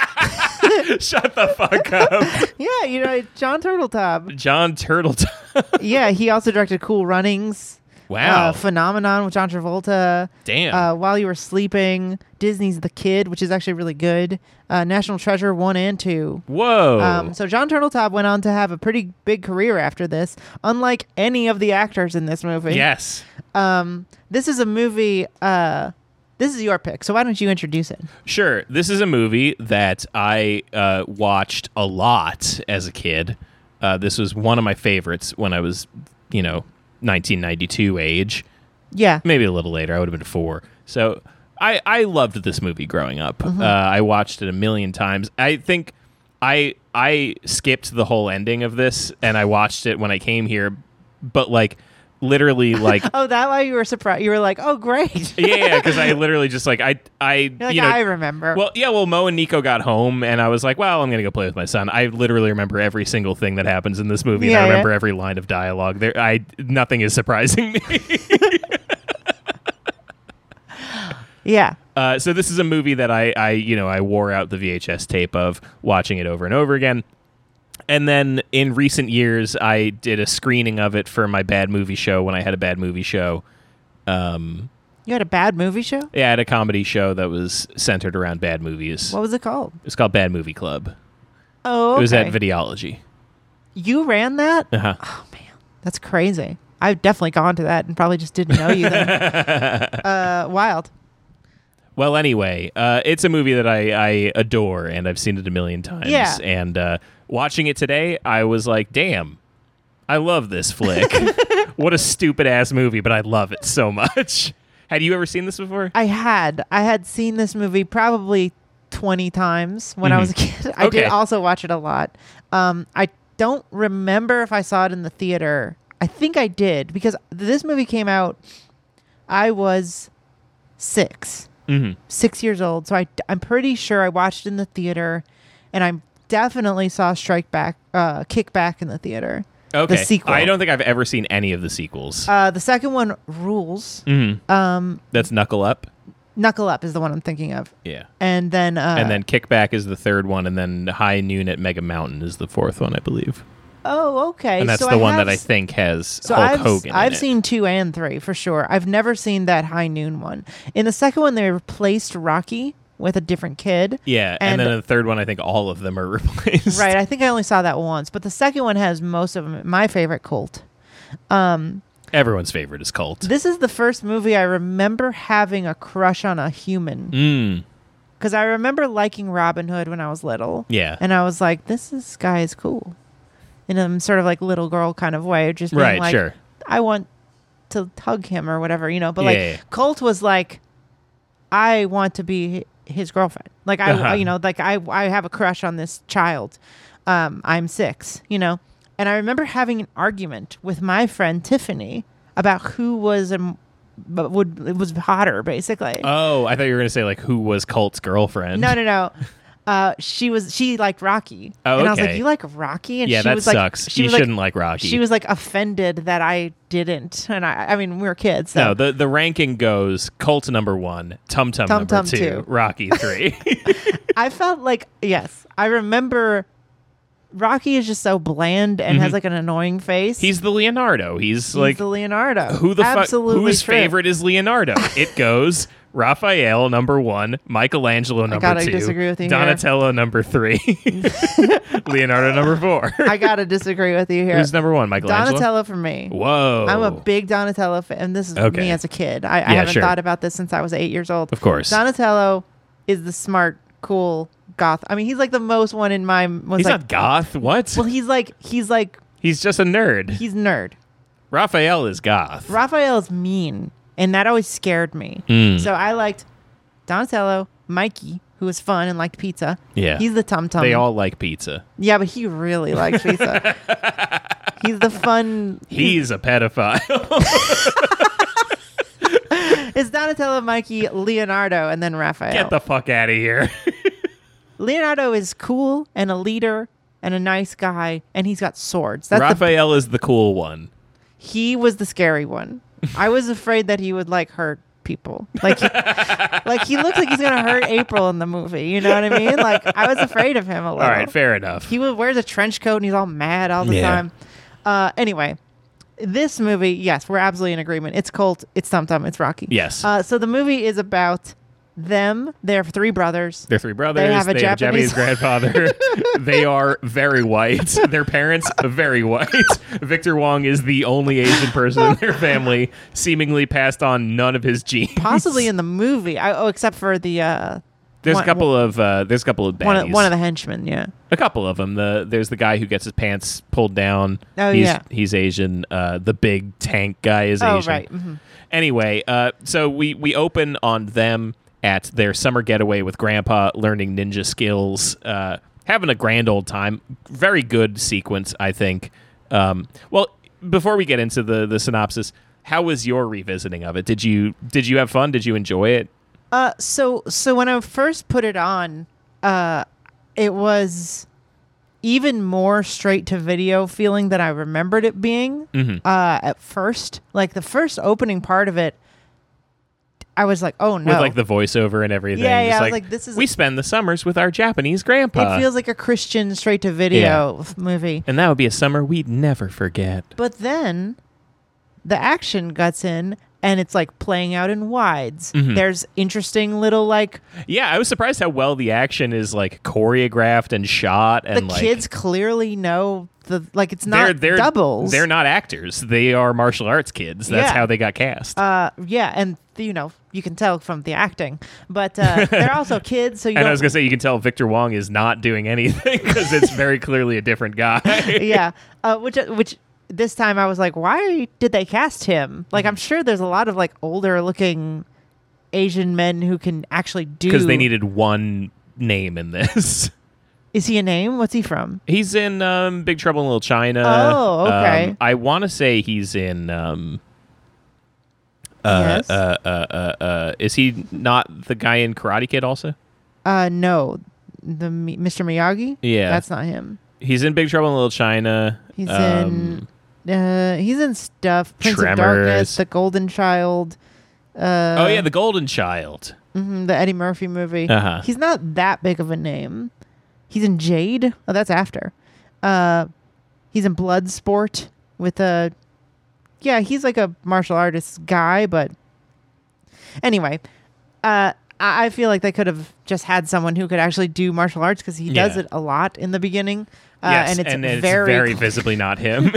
Shut the fuck up.
yeah, you know John Turtletaub.
John Turtletop.
yeah, he also directed Cool Runnings.
Wow.
Uh, Phenomenon with John Travolta.
Damn.
Uh, While You Were Sleeping, Disney's The Kid, which is actually really good. Uh, National Treasure 1 and 2.
Whoa.
Um, so John Turtletop went on to have a pretty big career after this, unlike any of the actors in this movie.
yes.
Um, this is a movie. Uh, this is your pick, so why don't you introduce it?
Sure. This is a movie that I uh, watched a lot as a kid. Uh, this was one of my favorites when I was, you know, 1992 age.
Yeah.
Maybe a little later. I would have been four. So I, I loved this movie growing up.
Mm-hmm.
Uh, I watched it a million times. I think I I skipped the whole ending of this and I watched it when I came here. But like literally like
Oh, that why you were surprised. You were like, "Oh, great!"
yeah, because I literally just like I I
You're like,
you know
"I remember."
Well, yeah, well Mo and Nico got home and I was like, well, I'm gonna go play with my son. I literally remember every single thing that happens in this movie.
Yeah, yeah.
and I remember every line of dialogue. There, I nothing is surprising me.
yeah.
Uh, so this is a movie that I, I, you know, I wore out the VHS tape of watching it over and over again. And then in recent years, I did a screening of it for my bad movie show when I had a bad movie show. Um,
You had a bad movie show.
yeah, I had a comedy show that was centered around bad movies.
What was it called?
It's called Bad Movie Club.
Oh,
It was at
okay.
Videology.
You ran that?
Uh-huh.
Oh man, that's crazy. I've definitely gone to that and probably just didn't know you. Then. uh, wild.
Well, anyway, uh, it's a movie that I, I adore and I've seen it a million times.
Yeah.
And uh, watching it today, I was like, damn, I love this flick. what a stupid ass movie, but I love it so much. Had you ever seen this before?
I had I had seen this movie probably twenty times when I was a kid. I did
Mm-hmm. Okay.
also watch it a lot. Um, I don't remember if I saw it in the theater. I think I did because this movie came out. I was six,
Mm-hmm.
six years old, so I I'm pretty sure I watched it in the theater, and I definitely saw Strike Back, uh, Kick Back in the theater.
Okay.
the sequel.
I don't think I've ever seen any of the sequels.
Uh, the second one rules.
Mm. That's Knuckle Up.
Knuckle Up is the one I'm thinking of,
Yeah.
and then uh,
And then Kickback is the third one, and then High Noon at Mega Mountain is the fourth one, I believe.
oh okay,
And that's
so
the one
have
that I
s-
think has
So
Hulk
I've,
Hogan. in
I've
it.
seen two and three for sure. I've never seen that High Noon one. In the second one, they replaced Rocky with a different kid.
Yeah,
and-
and, then the third one, I think all of them are replaced.
Right. I think I only saw that once, but the second one has most of them. My favorite cult.
Everyone's favorite is Cult.
This is the first movie I remember having a crush on a human.
Mm.
because I remember liking Robin Hood when I was little.
Yeah.
and I was like, "This is, guy is cool," in a sort of like little girl kind of way, just being
Right,
like,
sure.
"I want to hug him or whatever," you know. But
Yeah,
like,
yeah, yeah.
Colt was like, "I want to be hi- his girlfriend." Like I,
Uh-huh.
you know, like I, I have a crush on this child. Um, I'm six, you know, and I remember having an argument with my friend Tiffany about who was a m- but would was hotter basically
Oh, I thought you were gonna say like who was Colt's girlfriend?
no, no, no. Uh, she was she liked Rocky,
Oh,
and I was like,
okay.
"You like Rocky?" And
Yeah,
she
that
was like,
sucks.
She
You
was like-
shouldn't like Rocky.
She was like offended that I didn't, and I, I mean, we were kids. So.
No, the the ranking goes Colt number one, Tum Tum
Tum
number
Tum
two,
two.
Rocky three.
I felt like yes, I remember. Rocky is just so bland and has like an annoying face.
Mm-hmm. He's the Leonardo. He's,
He's
like
the Leonardo.
who the fuck
Absolutely
whose
true.
favorite is Leonardo? It goes Raphael number one, Michelangelo number
gotta
two,
disagree with you here.
Donatello number three, Leonardo number four.
I gotta disagree with you here.
Who's number one? Michelangelo.
Donatello for me.
Whoa.
I'm a big Donatello fan, and this is
Okay.
me as a kid. I, I
Yeah,
haven't
sure.
thought about this since I was eight years old.
Of course.
Donatello is the smart, cool goth. I mean, he's like the most one in my. Was like,
He's not goth. What?
Well, he's like he's like
he's just a nerd.
he's nerd.
Raphael is goth.
Raphael's mean, and that always scared me.
Hmm.
So I liked Donatello, Mikey, who was fun and liked pizza.
Yeah.
He's the Tum Tum.
they all like pizza.
Yeah, but he really likes pizza. He's the fun.
He's a pedophile.
It's Donatello, Mikey, Leonardo, and then Raphael.
Get the fuck out of here.
Leonardo is cool and a leader and a nice guy, and he's got swords. That's the
Raphael is the cool one.
he was the scary one. I was afraid that he would like hurt people. Like, he, like he looks like he's gonna hurt April in the movie. You know what I mean? Like, I was afraid of him a little.
All right, fair enough.
He wa- wears a trench coat and he's all mad all the
Yeah.
time. Uh, anyway, this movie, yes, we're absolutely in agreement. It's Colt, it's Tum Tum, it's Rocky.
Yes.
Uh, so the movie is about them. They're three brothers.
They're three brothers. They
have a Japanese-
grandfather. they are very white. Their parents very white. Victor Wong is the only Asian person in their family, seemingly passed on none of his genes.
Possibly in the movie. I, oh, except for the uh,
There's
one-
a couple of uh, there's a couple of baddies.
one, of, one of the henchmen. Yeah.
a couple of them. The there's the guy who gets his pants pulled down.
Oh,
he's,
yeah.
he's Asian. Uh, the big tank guy is
Oh,
Asian.
right. Mhm.
Anyway, uh, so we we open on them at their summer getaway with Grandpa, learning ninja skills, uh, having a grand old time. Very good sequence, I think. Um, well, before we get into the the synopsis, how was your revisiting of it? Did you did you have fun? Did you enjoy it?
Uh, so so when I first put it on, uh, it was even more straight to video feeling than I remembered it being
Mm-hmm.
uh, at first. Like the first opening part of it, I was like, oh no,
With like the voiceover and everything.
Yeah, yeah,
Just
I was like, this is-
we spend the summers with our Japanese grandpa.
it feels like a Christian straight to video movie.
And that would be a summer we'd never forget.
But then the action guts in and it's like playing out in wides.
Mm-hmm.
There's interesting little like
Yeah, I was surprised how well the action is like choreographed and shot and
the
like
kids clearly know the like it's not
they're, they're
doubles.
They're not actors. They are martial arts kids. That's
Yeah.
how they got cast.
Uh, yeah, and you know you can tell from the acting, but uh, they're also kids, so you
and I
don't-
was gonna say you can tell Victor Wong is not doing anything because it's very clearly a different guy.
yeah, uh, which which this time I was like, why did they cast him? Like,
Mm-hmm.
I'm sure there's a lot of like older looking Asian men who can actually do.
Because they needed one name in this.
Is he a name? What's he from?
He's in um, Big Trouble in Little China.
Oh, okay.
Um, I want to say he's in. Um,
yes.
uh, uh, uh, uh, is he not the guy in Karate Kid also?
Uh, no, the Mi- Mr. Miyagi.
Yeah.
that's not him.
He's in Big Trouble in Little China.
He's
Um,
in. Uh, he's in stuff. Prince of
Tremors.
Darkness, The Golden Child. Uh,
oh yeah, The Golden Child.
Mhm, the Eddie Murphy movie.
Uh-huh.
He's not that big of a name. He's in Jade. Oh, that's after. Uh, he's in Bloodsport with a. Yeah, he's like a martial artist guy, but anyway, uh, I I feel like they could have just had someone who could actually do martial arts because he does
Yeah.
it a lot in the beginning, uh,
yes,
and it's
and
very,
visibly not him.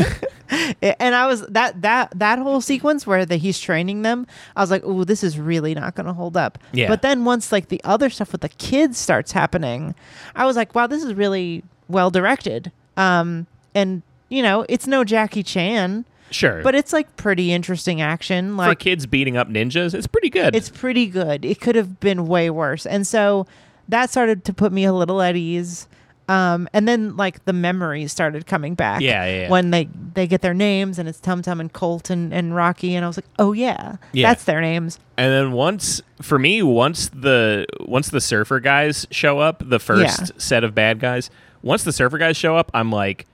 and I was that that that whole sequence where that he's training them, I was like, "Ooh, this is really not going to hold up."
Yeah.
But then once like the other stuff with the kids starts happening, I was like, "Wow, this is really well directed." Um, and you know, it's no Jackie Chan,
sure,
but it's like pretty interesting action.
for
Like
kids beating up ninjas, it's pretty good.
it's pretty good. It could have been way worse. And so that started to put me a little at ease. Um, and then like the memories started coming back.
Yeah, yeah, yeah.
When they they get their names and it's Tum Tum and Colt and, and Rocky and I was like, oh yeah,
Yeah.
that's their names.
and then once for me, once the once the surfer guys show up, the first
Yeah.
set of bad guys. Once the surfer guys show up, I'm like,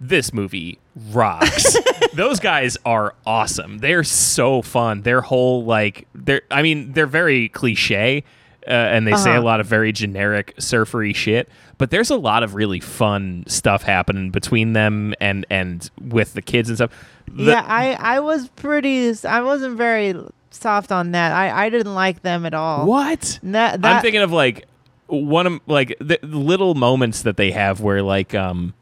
this movie rocks. Those guys are awesome. They're so fun. Their whole like, they're I mean, they're very cliche. Uh, and they
Uh-huh.
say a lot of very generic surfery shit, but there's a lot of really fun stuff happening between them and and with the kids and stuff. The-
yeah, I I was pretty I wasn't very soft on that. I I didn't like them at all.
What?
That- that-
I'm thinking of like one of like the little moments that they have where like um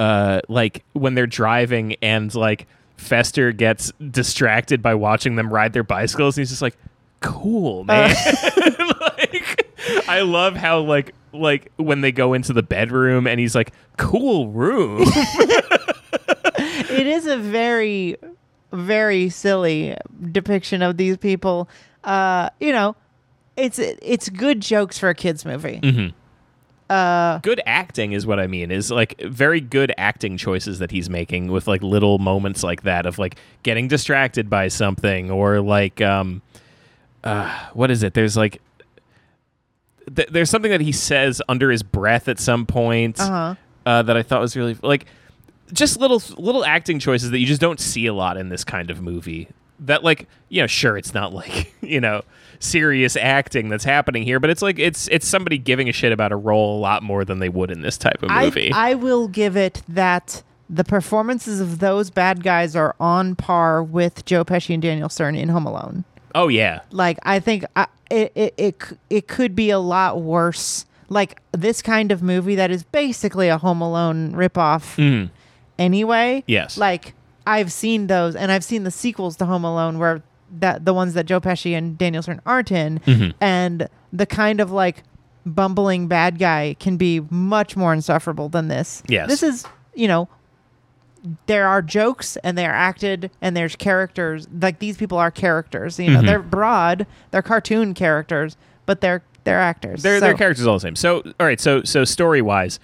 uh like when they're driving and like Fester gets distracted by watching them ride their bicycles and he's just like
Uh.
cool man. like I love how like like when they go into the bedroom and he's like cool room.
It is is a very, very silly depiction of these people. Uh, you know, it's it's good jokes for a kids movie.
good acting is what I mean. Is like very good acting choices that he's making with like little moments like that of like getting distracted by something or like um uh what is it? There's like th- there's something that he says under his breath at some point
Uh-huh.
uh, that I thought was really like just little little acting choices that you just don't see a lot in this kind of movie. That like you know, sure, it's not like you know serious acting that's happening here, but it's like it's it's somebody giving a shit about a role a lot more than they would in this type of movie.
I, I will give it that the performances of those bad guys are on par with Joe Pesci and Daniel Stern in Home Alone.
oh yeah,
Like I think I, it, it it c- it could be a lot worse. Like this kind of movie that is basically a Home Alone ripoff anyway.
Mm. Yes.
Like I've seen those and I've seen the sequels to Home Alone where that the ones that Joe Pesci and Daniel Stern aren't in
Mm-hmm.
and the kind of like bumbling bad guy can be much more insufferable than this.
Yes.
This is, you know, there are jokes and they are acted and there's characters like these people are characters
Mm-hmm.
you know they're broad they're cartoon characters but they're they're actors
their
So-
their characters are all the same. So all right, so so story wise,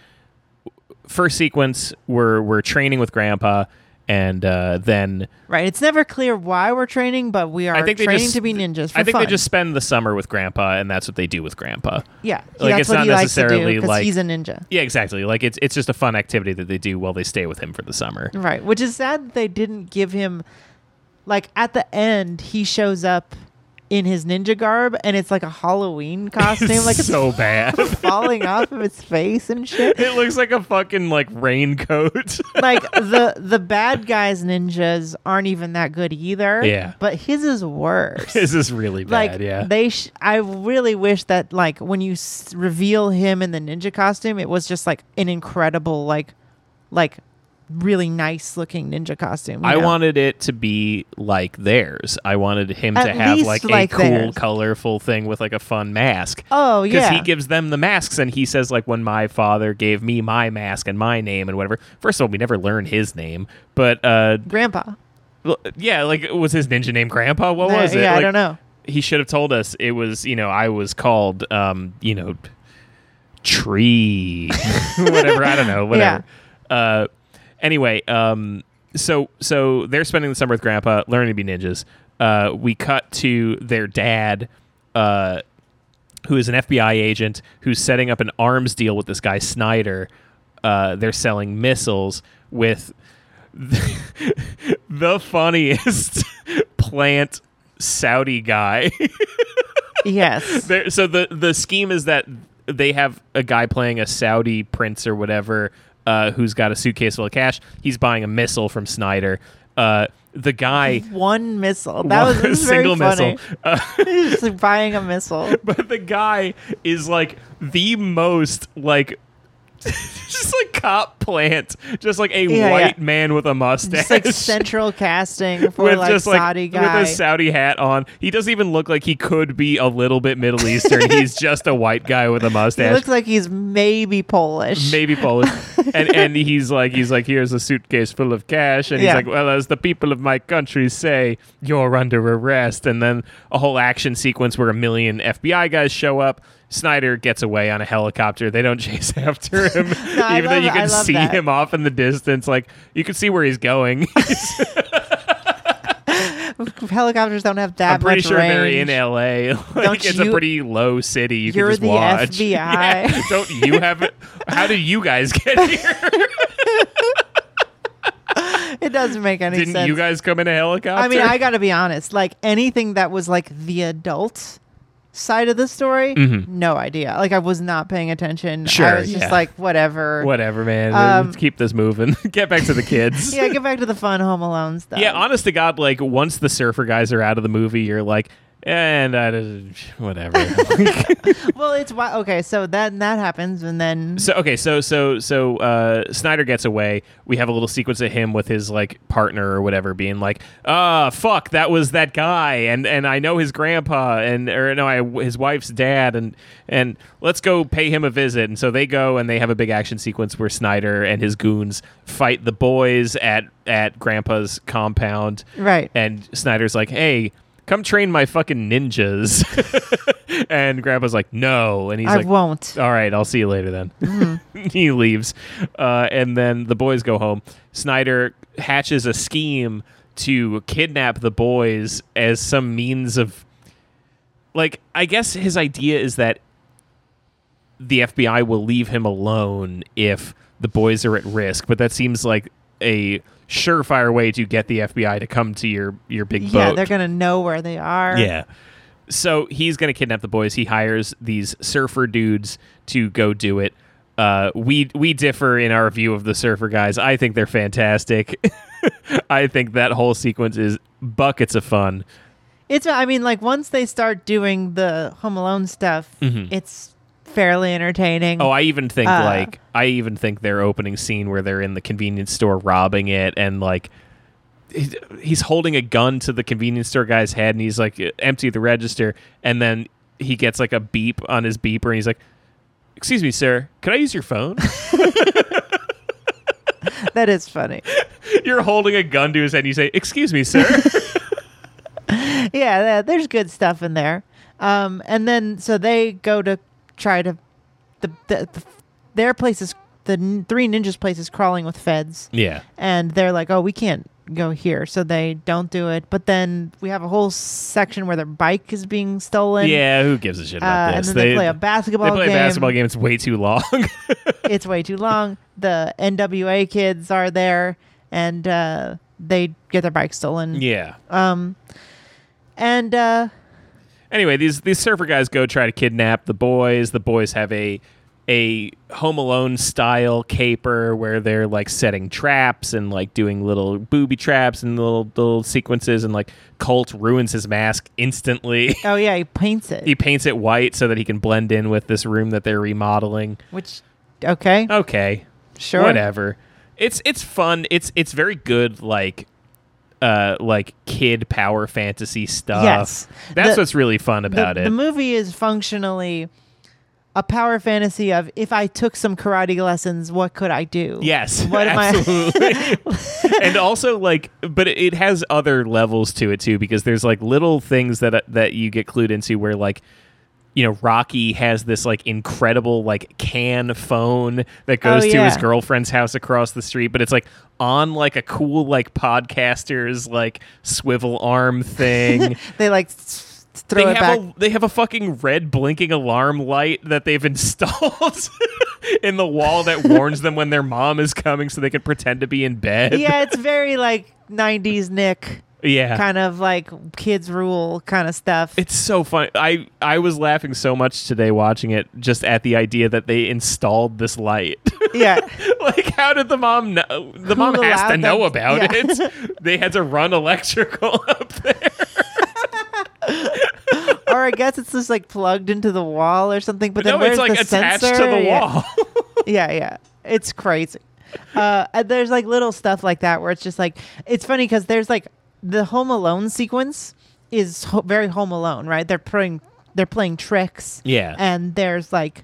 first sequence we're we're training with Grandpa, and uh, then
right it's never clear why we're training but we are
I think they
training
just
to be ninjas for
I think
fun.
they just spend the summer with Grandpa, and that's what they do with Grandpa.
yeah
like,
that's
it's
what
not
he likes to
necessarily
do because
like-
he's a ninja
Yeah, exactly. Like it's it's just a fun activity that they do while they stay with him for the summer.
right which is sad that they didn't give him like at the end he shows up in his ninja garb and it's like a halloween costume like it's
so bad.
falling off of his face and shit
it looks like a fucking like raincoat.
like the the bad guys ninjas aren't even that good either.
Yeah.
but his is worse.
this is really
like
bad. yeah.
they, sh- I really wish that like when you s- reveal him in the ninja costume, it was just like an incredible like, like really nice looking ninja costume. you
I
know?
wanted it to be like theirs. I wanted him to
At
have
least
like a
like
cool,
theirs.
colorful thing with like a fun mask.
Oh, yeah.
because he gives them the masks and he says like, "When my father gave me my mask and my name and whatever." First of all, we never learn his name, but uh,
grandpa.
Well, yeah, like was his ninja name Grandpa? What
Uh,
was it?
yeah, I
Like,
don't know.
He should have told us it was, you know, I was called, um, you know, tree, whatever. I don't know, whatever. Uh, anyway, um, so so they're spending the summer with Grandpa, learning to be ninjas. Uh, we cut to their dad. Uh, who is an FBI agent who's setting up an arms deal with this guy Snyder. Uh, they're selling missiles with the, funniest plant Saudi guy.
Yes,
There- so the the scheme is that they have a guy playing a Saudi prince or whatever uh, who's got a suitcase full of cash. He's buying a missile from Snyder. Uh, the guy.
one missile. That was, it was very
single
funny.
missile. Uh,
He's just buying a missile.
but the guy is like the most like just like cop plant just like a
Yeah,
white
yeah.
man with a mustache
Just like central casting for
with
like
just like
Saudi guy.
with a Saudi hat on, he doesn't even look like he could be a little bit Middle Eastern. He's just a white guy with a
he
mustache,
looks like he's maybe Polish.
maybe Polish. and and he's like he's like here's a suitcase full of cash, and
Yeah.
he's like, well, as the people of my country say, you're under arrest. And then a whole action sequence where a million FBI guys show up. Snyder gets away on a helicopter. They don't chase after him,
I
even though
love-
you
I
can
love
see
that.
him off in the distance. Like you can see where he's going.
Helicopters don't have that
I'm pretty
much
sure they're
range.
in LA. Like,
Don't
it's a
you-
pretty low city. You
You're
can just
the
watch.
FBI.
Yeah. Don't you have it? How did you guys get here?
It doesn't make any
Didn't
sense.
you guys come in a helicopter?
I mean, I gotta be honest. Like anything that was like the adult side of the story, no idea. Like I was not paying attention.
Mm-hmm. Sure,
I was
yeah.
just like, whatever.
Whatever, man.
Um,
Let's keep this moving. get back to the kids.
Yeah, get back to the fun Home Alone stuff.
Yeah, honest to God, like once the surfer guys are out of the movie, you're like, and I just, whatever.
well, it's why. Okay, so that that happens, and then
So okay, so so so uh, Snyder gets away. We have a little sequence of him with his like partner or whatever, being like, "Ah, fuck, that was that guy," and and I know his grandpa, and or no, I his wife's dad, and and let's go pay him a visit. And so they go and they have a big action sequence where Snyder and his goons fight the boys at at Grandpa's compound,
Right.
And Snyder's like, "Hey." Come train my fucking ninjas, and Grandpa's like, "No," and he's
I
like,
won't.
all right, I'll see you later then. he leaves. Uh, and then the boys go home. Snyder hatches a scheme to kidnap the boys as some means of. Like, I guess his idea is that the FBI will leave him alone if the boys are at risk, but that seems like a surefire way to get the FBI to come to your, your big boat.
yeah, they're gonna know where they are.
Yeah. So he's going to kidnap the boys. He hires these surfer dudes to go do it. Uh, we we differ in our view of the surfer guys. I think they're fantastic. I think that whole sequence is buckets of fun.
It's. I mean, like once they start doing the Home Alone stuff, it's fairly entertaining.
Mm-hmm. Oh, I even think
Uh.
like I even think their opening scene where they're in the convenience store robbing it and like he- he's holding a gun to the convenience store guy's head and he's like empty the register and then he gets like a beep on his beeper and he's like excuse me sir can i use your phone
that is funny.
you're holding a gun to his head and you say excuse me sir
yeah, there- there's good stuff in there. Um, and then so they go to try to the, the, the their place is the n- three ninjas place is crawling with feds,
yeah
and they're like, oh, we can't go here, so they don't do it. But then we have a whole section where their bike is being stolen.
yeah who gives a shit
Uh,
about
and
this
then they play a basketball
they play
game.
a basketball game it's way too long
it's way too long. The NWA kids are there, and uh, they get their bike stolen.
yeah
And uh,
anyway, these these surfer guys go try to kidnap the boys. The boys have a a Home Alone style caper where they're like setting traps and like doing little booby traps and little little sequences and like Colt ruins his mask instantly.
oh yeah, he paints it,
he paints it white so that he can blend in with this room that they're remodeling.
which okay,
Okay,
sure,
whatever. It's it's fun. It's it's very good like uh like kid power fantasy stuff.
Yes.
That's
The-
what's really fun
the,
about it.
the movie is functionally a power fantasy of if I took some karate lessons, what could I do?
Yes,
What am I-
absolutely. and also, like, but it has other levels to it too, because there's like little things that that you get clued into where like. You know, Rocky has this like incredible like can phone that goes
Oh,
to his
yeah.
girlfriend's house across the street, but it's like on like a cool like podcaster's like swivel arm thing.
They like s- s- throw
they
it back.
have a they have a fucking red blinking alarm light that they've installed in the wall that warns them when their mom is coming so they can pretend to be in bed.
yeah, it's very like '90s Nick
Yeah.
kind of like kids rule kind of stuff.
it's so funny. I I was laughing so much today watching it just at the idea that they installed this light.
yeah,
like how did the mom know?
Who
The mom has to
allowed them
know
to-
about
yeah.
it. they had to run electrical up there.
or I guess it's just like plugged into the wall or something. But then
No,
where's
it's like
the
attached
sensor?
to the
Yeah.
wall.
yeah, yeah. It's crazy. Uh, and there's like little stuff like that where it's just like it's funny because there's like the Home Alone sequence is ho- very Home Alone, right? They're playing they're playing tricks,
Yeah.
and there's like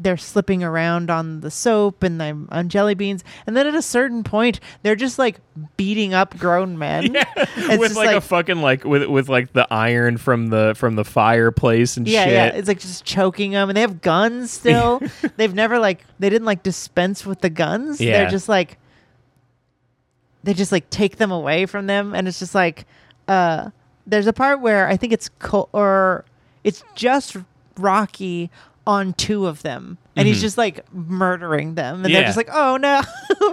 they're slipping around on the soap and they on jelly beans, and then at a certain point they're just like beating up grown men. It's
with
just
like, a fucking like with with like the iron from the from the fireplace and
yeah,
shit.
yeah. It's like just choking them, and they have guns still. They've never like they didn't like dispense with the guns.
Yeah.
They're just like they just like take them away from them, and it's just like uh there's a part where I think it's Col- or it's just Rocky on two of them, and he's just like murdering them, and
Mm-hmm. Yeah.
they're just like, oh no.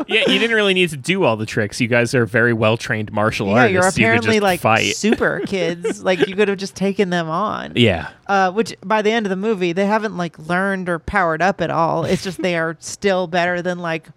yeah, you didn't really need to do all the tricks. You guys are very well trained martial
Yeah,
artists.
you're apparently
you could just
like
fight.
super kids. like you could have just taken them on.
yeah,
uh, which by the end of the movie they haven't like learned or powered up at all. It's just they are still better than like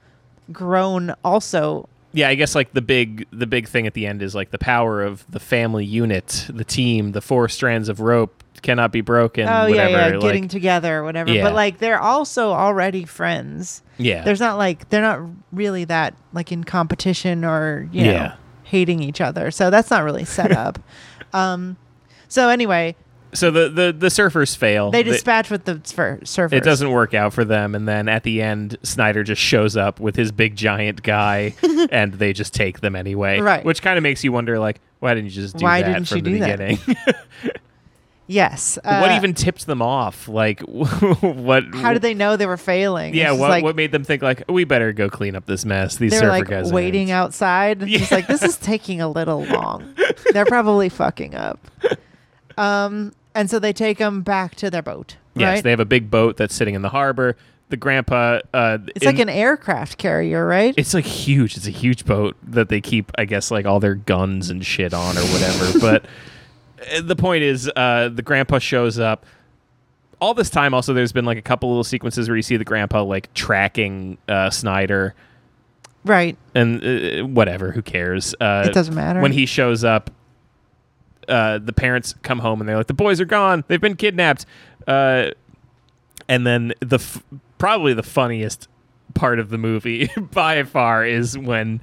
grown also
yeah, I guess like the big the big thing at the end is like the power of the family unit, the team, the four strands of rope cannot be broken.
Oh
whatever,
yeah, yeah,
like-
getting together, whatever.
Yeah.
But like they're also already friends.
yeah,
There's not like they're not really that like in competition or you
Yeah.
know hating each other. So that's not really set up. um, so anyway,
so the, the the surfers fail.
they dispatch with the sur- surfers.
it doesn't work out for them, and then at the end, Snyder just shows up with his big giant guy, and they just take them anyway.
Right.
Which kind of makes you wonder, like, why didn't you just do
Why
that
didn't
from
you
the
do that?
beginning?
Yes.
what
uh,
even tipped them off? Like, what?
How did they know they were failing?
Yeah,
It's just
what,
like,
what made them think like we better go clean up this mess? These
they're
surfer
like
guys. are
waiting
idiots."
outside. It's just like this is taking a little long. they're probably fucking up. Um, and so they take them back to their boat.
Yes,
right?
they have a big boat that's sitting in the harbor. The grandpa. Uh,
It's like an aircraft carrier, right?
It's like huge. It's a huge boat that they keep, I guess, like all their guns and shit on or whatever. but uh, the point is, uh, the grandpa shows up. All this time, also, there's been like a couple little sequences where you see the grandpa like tracking uh, Snyder
right.
and uh, whatever. Who cares? Uh,
It doesn't matter.
When he shows up, uh, the parents come home and they're like, "The boys are gone. They've been kidnapped." Uh, and then the f- probably the funniest part of the movie by far is when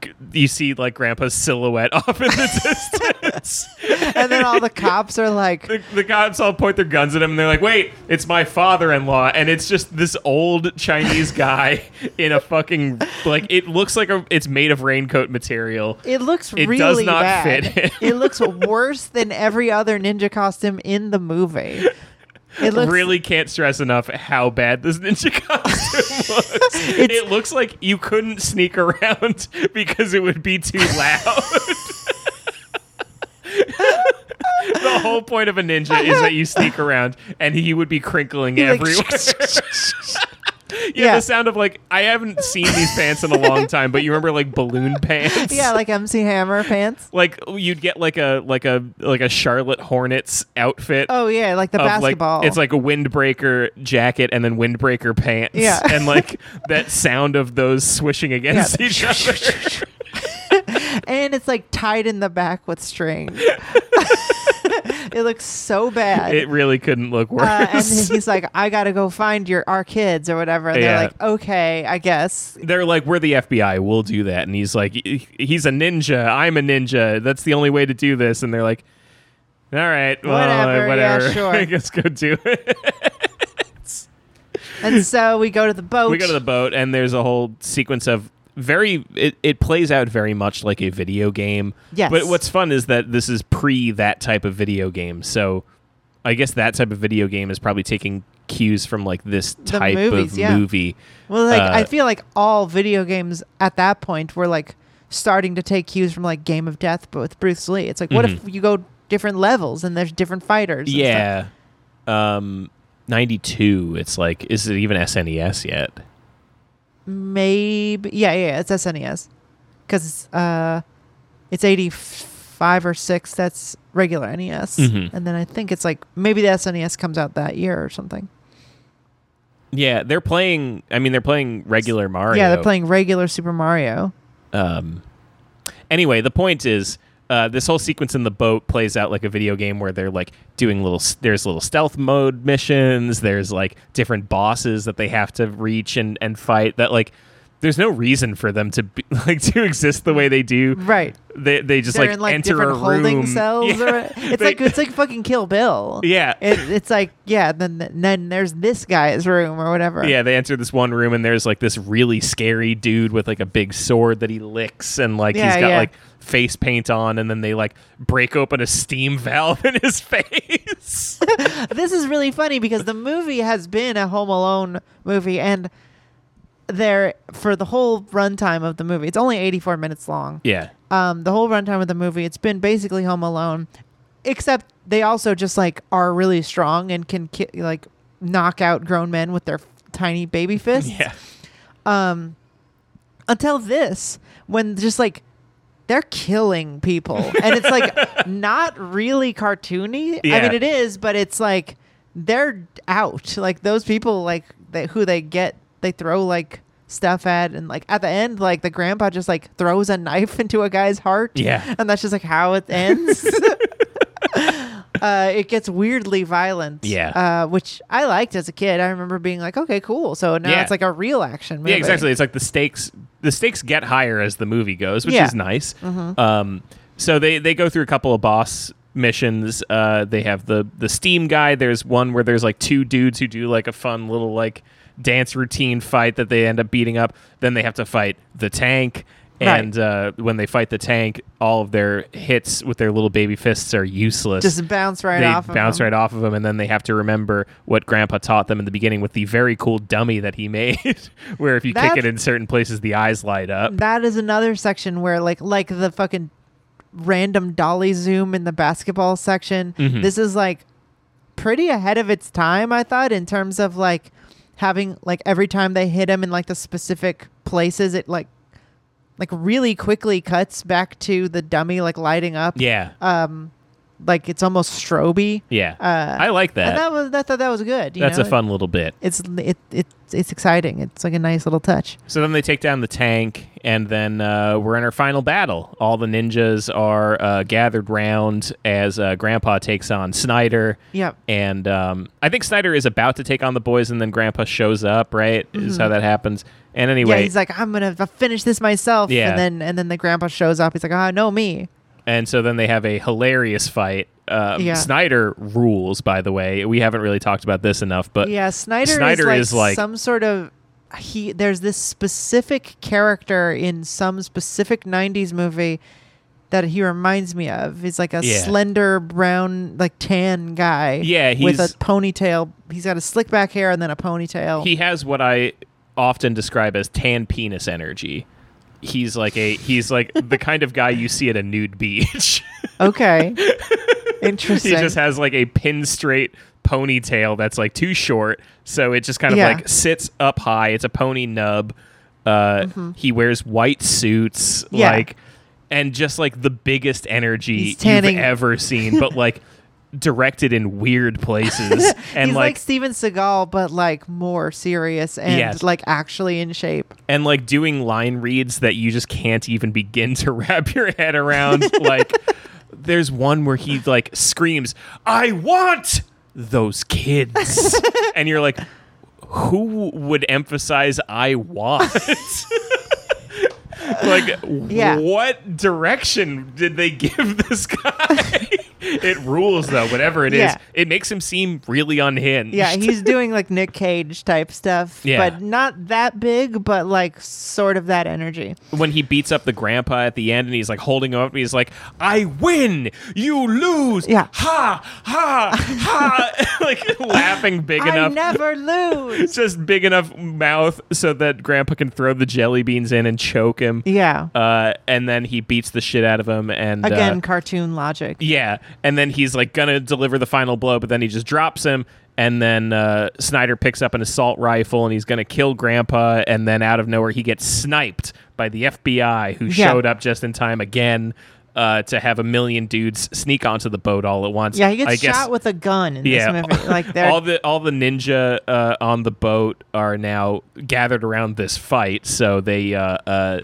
g- you see like Grandpa's silhouette off in the distance.
And then all the cops are like,
The, the cops all point their guns at him and they're like, wait, it's my father in law. And it's just this old Chinese guy in a fucking, like, it looks like a, it's made of raincoat material.
it looks
It does
really
not
bad.
fit him.
it looks worse than every other ninja costume in the movie. It looks
really can't stress enough how bad this ninja costume looks. it looks like you couldn't sneak around because it would be too loud. the whole point of a ninja is that you sneak around and he would be crinkling
like,
everywhere. yeah,
Yeah.
the sound of like I haven't seen these pants in a long time, but you remember like balloon pants?
yeah, like MC Hammer pants.
like you'd get like a like a like a Charlotte Hornets outfit
Oh yeah, like the
of, like,
basketball.
it's like a windbreaker jacket and then windbreaker pants.
Yeah.
and like that sound of those swishing against
Yeah.
each other.
and it's like tied in the back with string. it looks so bad.
it really couldn't look worse.
uh, and he's like, "I gotta go find your our kids or whatever." And
Yeah.
they're like, "Okay, I guess."
They're like, we're the FBI. We'll do that. And he's like, "He- he's a ninja. I'm a ninja. That's the only way to do this. And they're like, all right, well,
Whatever, yeah,
uh, whatever.
sure.
I guess go do it.
And so we go to the boat.
we go to the boat, and there's a whole sequence of very. It, it plays out very much like a video game.
Yes.
But what's fun is that this is pre that type of video game. So I guess that type of video game is probably taking cues from like this type
movies,
of
yeah.
movie.
Well, like
Uh,
I feel like all video games at that point were like starting to take cues from like Game of Death, but with Bruce Lee. It's like, what if you go different levels and there's different fighters? and stuff?
Mm-hmm. Yeah. Um, 92. It's like, is it even SNES yet?
maybe. Yeah, yeah, it's E SNES because uh, it's eighty five or six. That's regular NES,
Mhm.
and then I think it's like maybe the SNES comes out that year or something.
Yeah, they're playing. I mean, they're playing regular Mario.
Yeah, they're playing regular Super Mario.
um anyway the point is uh, this whole sequence in the boat plays out like a video game where they're like doing little there's little stealth mode missions there's like different bosses that they have to reach and and fight that like there's no reason for them to be, like to exist the way they do
Right.
they, they just
They're
like,
in like
enter
different
a room
holding cells.
Yeah,
or, it's
they-
like it's like fucking Kill Bill.
yeah
it, it's like yeah then then there's this guy's room or whatever
Yeah, they enter this one room and there's like this really scary dude with like a big sword that he licks and like he's
Yeah,
got
yeah.
like face paint on and then they like break open a steam valve in his face.
this is really funny because the movie has been a home alone movie and there for the whole runtime of the movie it's only 84 minutes long
yeah.
um the whole runtime of the movie it's been basically home alone except they also just like are really strong and can ki- like knock out grown men with their f- tiny baby fists
Yeah.
until this when just like they're killing people and it's like not really cartoony i
Yeah.
mean it is but it's like they're out like those people like they, who they get they throw like stuff at and like at the end like the grandpa just like throws a knife into a guy's heart
Yeah.
and that's just like how it ends uh it gets weirdly violent
Yeah.
uh which i liked as a kid i remember being like okay cool so now
Yeah.
it's like a real action movie
Yeah, exactly. It's like the stakes the stakes get higher as the movie goes, which
Yeah. Mm-hmm.
is nice. Um, so they they go through a couple of boss missions. Uh, they have the the steam guy. There's one where there's like two dudes who do like a fun little like dance routine fight that they end up beating up. Then they have to fight the tank.
Right.
And uh, when they fight the tank, all of their hits with their little baby fists are useless
just bounce right
they
off of
bounce
them.
right off of him, and then they have to remember what Grandpa taught them in the beginning with the very cool dummy that he made, where if you
That's-
kick it in certain places, the eyes light up.
that is another section where like like the fucking random dolly zoom in the basketball section
Mm-hmm.
this is like pretty ahead of its time i thought in terms of like having like every time they hit him in like the specific places it like like really quickly cuts back to the dummy like lighting up
Yeah,
Uh, like it's almost stroby
yeah,
uh,
I like that.
and that was i thought that was good you
That's
know?
a fun little bit.
it's it, it it's exciting it's like a nice little touch
So then they take down the tank, and then uh, we're in our final battle. All the ninjas are uh, gathered round as uh, Grandpa takes on Snyder.
Yep.
And um, I think Snyder is about to take on the boys, and then Grandpa shows up. Right, is how that happens. And anyway,
Mm-hmm. Yeah, he's like, I'm gonna f- finish this myself.
Yeah.
And then and then the grandpa shows up. He's like, oh, no, me.
And so then they have a hilarious fight. Um,
Yeah.
Snyder rules, by the way. We haven't really talked about this enough, but
Yeah, Snyder,
Snyder
is,
is
like
like-
some sort of he. There's this specific character in some specific '90s movie that he reminds me of. He's like a
Yeah.
slender brown, like tan guy.
Yeah,
with
he's-
a ponytail. He's got a slick back hair and then a ponytail.
he has what I often describe as tan penis energy. He's like a he's like the kind of guy you see at a nude beach.
okay,
he
interesting.
just has like a pin straight ponytail that's like too short, so it just kind of
Yeah.
like sits up high. It's a pony nub. Uh, He wears white suits,
Mm-hmm. Yeah.
like, and just like the biggest energy
He's tanning-
you've ever seen, but like directed in weird places and
He's
like,
like, Steven Seagal, but like more serious and
Yes.
like actually in shape.
and like doing line reads that you just can't even begin to wrap your head around. like, there's one where he like screams, "I want those kids," and you're like, "Who would emphasize I want?" like,
Yeah.
what direction did they give this guy? it rules though. Whatever it is,
Yeah.
it makes him seem really unhinged.
Yeah, he's doing like Nick Cage type stuff,
Yeah.
but not that big, but like sort of that energy.
when he beats up the grandpa at the end and he's like holding him up and he's like i win you lose
Yeah.
ha ha ha like laughing big
I
enough
never lose.
just big enough mouth so that grandpa can throw the jelly beans in and choke him
Yeah.
uh, and then he beats the shit out of him and
Again,
uh,
cartoon logic.
yeah and then he's like gonna deliver the final blow but then he just drops him and then uh, snyder picks up an assault rifle and he's gonna kill grandpa and then out of nowhere he gets sniped by the fbi who
Yeah.
showed up just in time again uh, to have a million dudes sneak onto the boat all at once
Yeah, he gets
I
shot
guess-
with a gun in this movie. Like they're
all the all the ninja uh, on the boat are now gathered around this fight, so they uh, uh,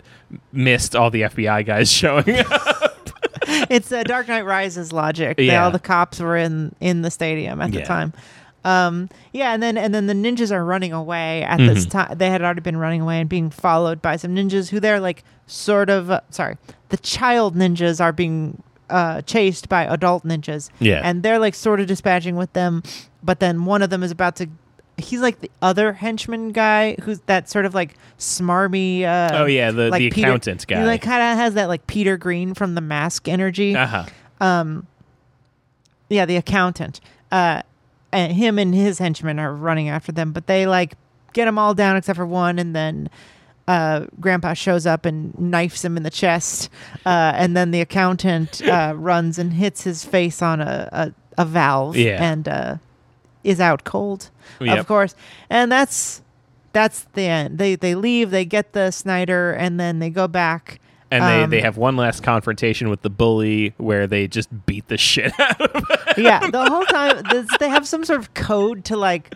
missed all the FBI guys showing up.
it's uh, Dark Knight Rises logic. They,
Yeah.
all the cops were in in the stadium at the
Yeah.
time. Um, yeah, and then and then the ninjas are running away at this
Mm-hmm.
time. They had already been running away and being followed by some ninjas who they're like sort of uh, sorry. The child ninjas are being uh, chased by adult ninjas.
Yeah.
and they're like sort of dispatching with them, but then one of them is about to. He's like the other henchman guy who's that sort of like smarmy. Uh,
Oh, yeah, the- the accountant guy.
He like kind of has that like Peter Green from The Mask energy
Uh-huh.
yeah, the accountant. Uh, and him and his henchmen are running after them, but they like get them all down except for one, and then uh, Grandpa shows up and knifes him in the chest, uh, and then the accountant uh, runs and hits his face on a a, a valve,
Yeah.
and uh, is out cold, of
Yep.
course, and that's. That's the end. They they leave. They get the Snyder, and then they go back.
and
Um,
they, they have one last confrontation with the bully where they just beat the shit out of him.
yeah the whole time this, they have some sort of code to like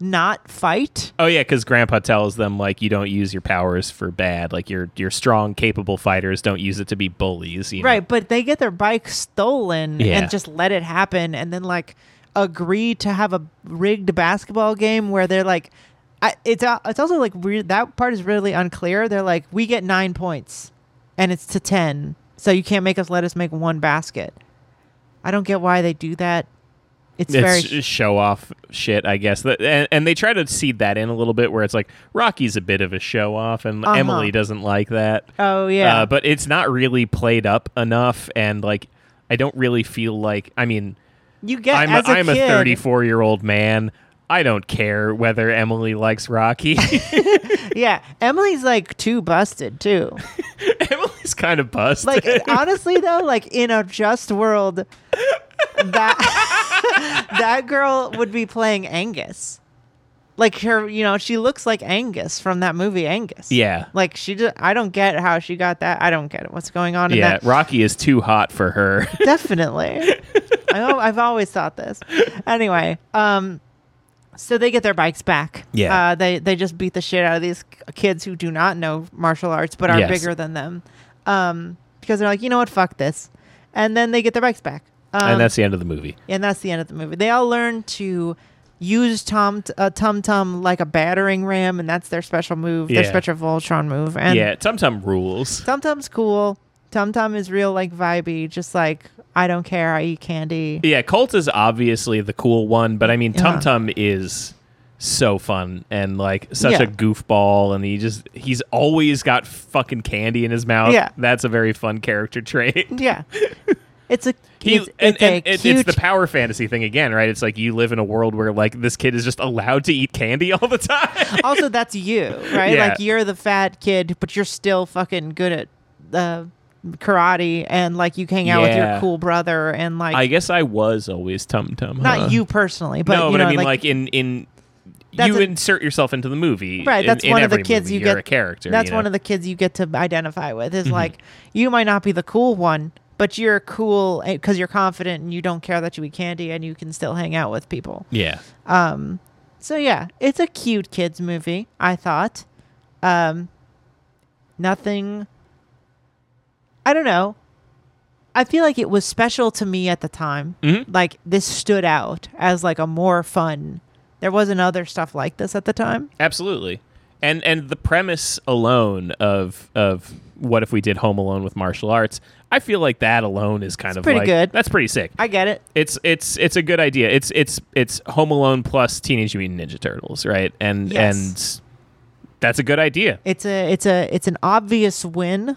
not fight.
Oh yeah, because Grandpa tells them like you don't use your powers for bad. Like you're you're strong, capable fighters. Don't use it to be bullies. you know?
Right, but they get their bike stolen
Yeah.
and just let it happen and then like agree to have a rigged basketball game where they're like I, it's al- it's also like weird that part is really unclear. They're like we get 9 points and it's to 10. So you can't make us let us make one basket. I don't get why they do that. It's, very
It's show off shit, I guess. Th- And, and they try to seed that in a little bit, where it's like Rocky's a bit of a show off, and
Uh-huh.
Emily doesn't like that.
Oh yeah.
Uh, but it's not really played up enough, and like I don't really feel like I mean
you get
I'm
as a
I'm
kid,
a 34 year old man. I don't care whether Emily likes Rocky.
Yeah, Emily's like too busted too.
Emily's kind of busted.
Like honestly though, like in a just world, that that girl would be playing Angus. Like her, you know, she looks like Angus from that movie Angus.
yeah.
Like she just, I don't get how she got that. I don't get what's going on in
Yeah,
that.
Rocky is too hot for her.
Definitely. I, al- I've always thought this. Anyway, um, so they get their bikes back.
Yeah.
Uh, they they just beat the shit out of these k- kids who do not know martial arts but are
Yes.
bigger than them. Um, because they're like, you know what, fuck this, and then they get their bikes back. Um,
and that's the end of the movie.
and that's the end of the movie. They all learn to use tom uh, tum tum like a battering ram, and that's their special move, their
Yeah.
special Voltron move. And
yeah, Tum Tum rules.
Tum Tum's cool. Tum Tum is real, like vibey, just like I don't care. I eat candy.
Yeah, Colt is obviously the cool one, but I mean, Tum
Yeah.
Tum is so fun and like such
Yeah.
a goofball, and he just he's always got fucking candy in his mouth.
Yeah.
that's a very fun character trait.
Yeah, it's a
He,
it's,
and,
it's
and
a
it-
cute.
it's the power fantasy thing again, right? It's like you live in a world where like this kid is just allowed to eat candy all the time.
also, that's you, right?
Yeah.
Like you're the fat kid, but you're still fucking good at uh, karate, and like you hang out with your
Yeah.
cool brother, and like
I guess I was always Tum Tum.
not
huh?
you personally, but
no,
you
but
know,
I mean,
like,
like, in in
That's
you
a-
insert yourself into the movie,
right
in-
that's
in
one of the
every
kids
movie,
you
you're
get
a character. Mm-hmm.
that's one of the kids you get to identify with is like you might not be the cool one but you're cool because you're confident and you don't care that you eat candy and you can still hang out with people
yeah.
so yeah it's a cute kids movie i thought um nothing i don't know i feel like it was special to me at the time
Mm-hmm.
like this stood out as like a more fun there wasn't other stuff like this at the time
Absolutely. And and the premise alone of of what if we did Home Alone with martial arts, I feel like that alone is kind of
pretty
like,
good.
That's pretty sick.
i get it
it's it's it's a good idea. It's it's it's Home Alone plus Teenage Mutant Ninja Turtles, right? And
Yes.
and that's a good idea.
It's a it's a it's an obvious win,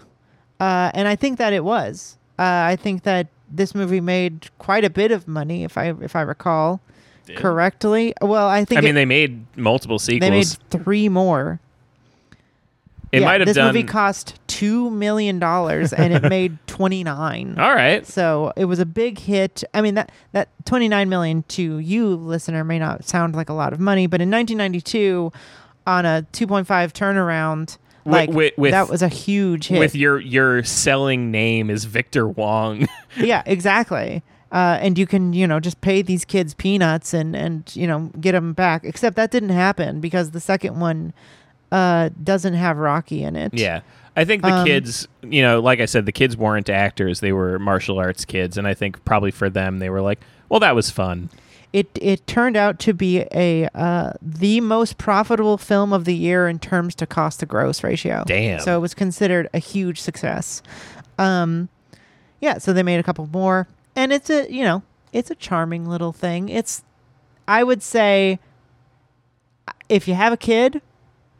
uh, and I think that it was. Uh, I think that this movie made quite a bit of money, if I if I recall correctly. Well, I think
I mean,
it-
they made multiple
they made
sequels.
three more.
it
Yeah,
might have
this
done.
movie cost two million dollars, and it made twenty nine.
all right.
So it was a big hit. I mean that that 29 million to you listener may not sound like a lot of money, but in 1992 on a 2.5 turnaround
Wi-
like
wi- with-
that was a huge hit.
With your your selling name is Victor Wong.
yeah, exactly. Uh, and you can, you know, just pay these kids peanuts and and you know get them back. Except that didn't happen because the second one uh, doesn't have Rocky in it.
Yeah. I think
Um,
the kids, you know, like I said, the kids weren't actors. They were martial arts kids. And I think probably for them, they were like, well, that was fun.
it it turned out to be a uh, the most profitable film of the year in terms to cost to gross ratio.
Damn.
So it was considered a huge success. Um, yeah. So they made a couple more, and it's a you know it's a charming little thing. It's I would say if you have a kid,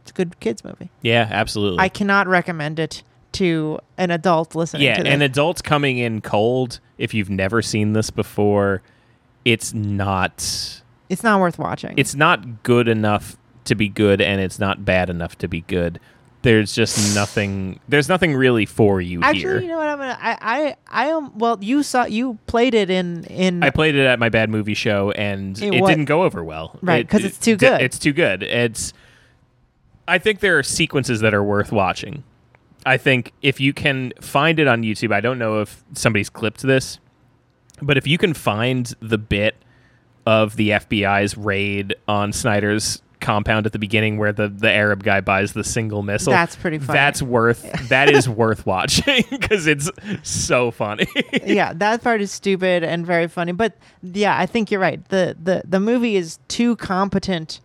it's a good kids movie.
Yeah, absolutely.
I cannot recommend it to an adult listening.
yeah.
to this.
And adults coming in cold, if you've never seen this before, it's not,
it's not worth watching.
it's not good enough to be good and it's not bad enough to be good. There's just nothing, there's nothing really for you
Actually,
here.
you know what? I'm gonna. I I I am. Well, you saw you played it in in
I played it at my bad movie show, and
It
it,
what-
didn't go over well.
Right,
It-
'cause it's too
it-
good.
It's too good. It's. I think there are sequences that are worth watching. I think if you can find it on YouTube, I don't know if somebody's clipped this, but if you can find the bit of the FBI's raid on Snyder's compound at the beginning where the, the Arab guy buys the single missile.
That's pretty funny.
That's worth that is worth watching because it's so funny.
yeah, that part is stupid and very funny. But yeah, I think you're right. The the the movie is too competent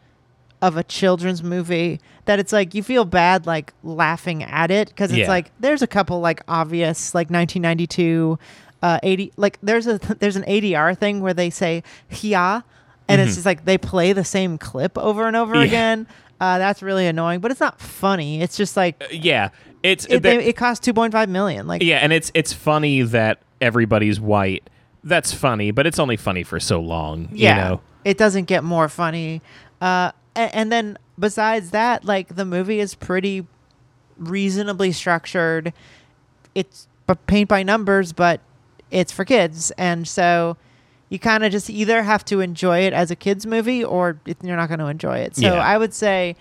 of a children's movie that it's like you feel bad like laughing at it because it's
Yeah.
like there's a couple like obvious like 1992 uh 80 like there's a there's an ADR thing where they say yeah and it's just like they play the same clip over and over
Mm-hmm. Yeah.
again uh that's really annoying but it's not funny it's just like
yeah. It's
it,
that-
they, it cost 2.5 million like
Yeah, and it's it's funny that everybody's white. That's funny, but it's only funny for so long. You know?
it doesn't get more funny. Uh, a- and, then besides that, like the movie is pretty reasonably structured. It's b- paint by numbers, but it's for kids, and so you kind of just either have to enjoy it as a kids movie or it, you're not going to enjoy it. So
Yeah.
I would say.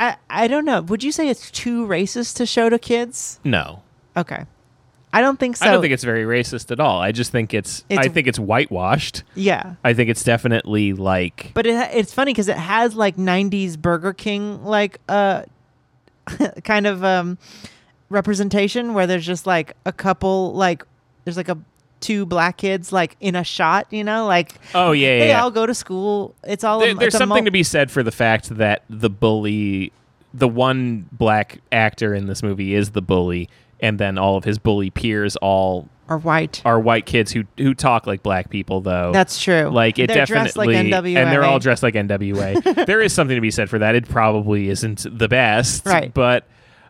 I, I don't know. Would you say it's too racist to show to kids?
No.
Okay. I don't think so.
I don't think it's very racist at all. I just think it's,
It's-
I think it's whitewashed.
yeah.
I think it's definitely like
But it, ha- it's funny because it has like '90s Burger King like uh kind of um representation where there's just like a couple like there's like a two black kids like in a shot, you know, like
Oh yeah, yeah.
they
yeah.
all go to school. It's all
There-
a-
there's
it's a
something
mul-
to be said for the fact that the bully the one black actor in this movie is the bully and then all of his bully peers all
or white.
are white kids who who talk like black people though.
That's true.
Like it
They're dressed like
definitely
NWA.
and they're all dressed like NWA. there is something to be said for that. It probably isn't the best,
Right.
But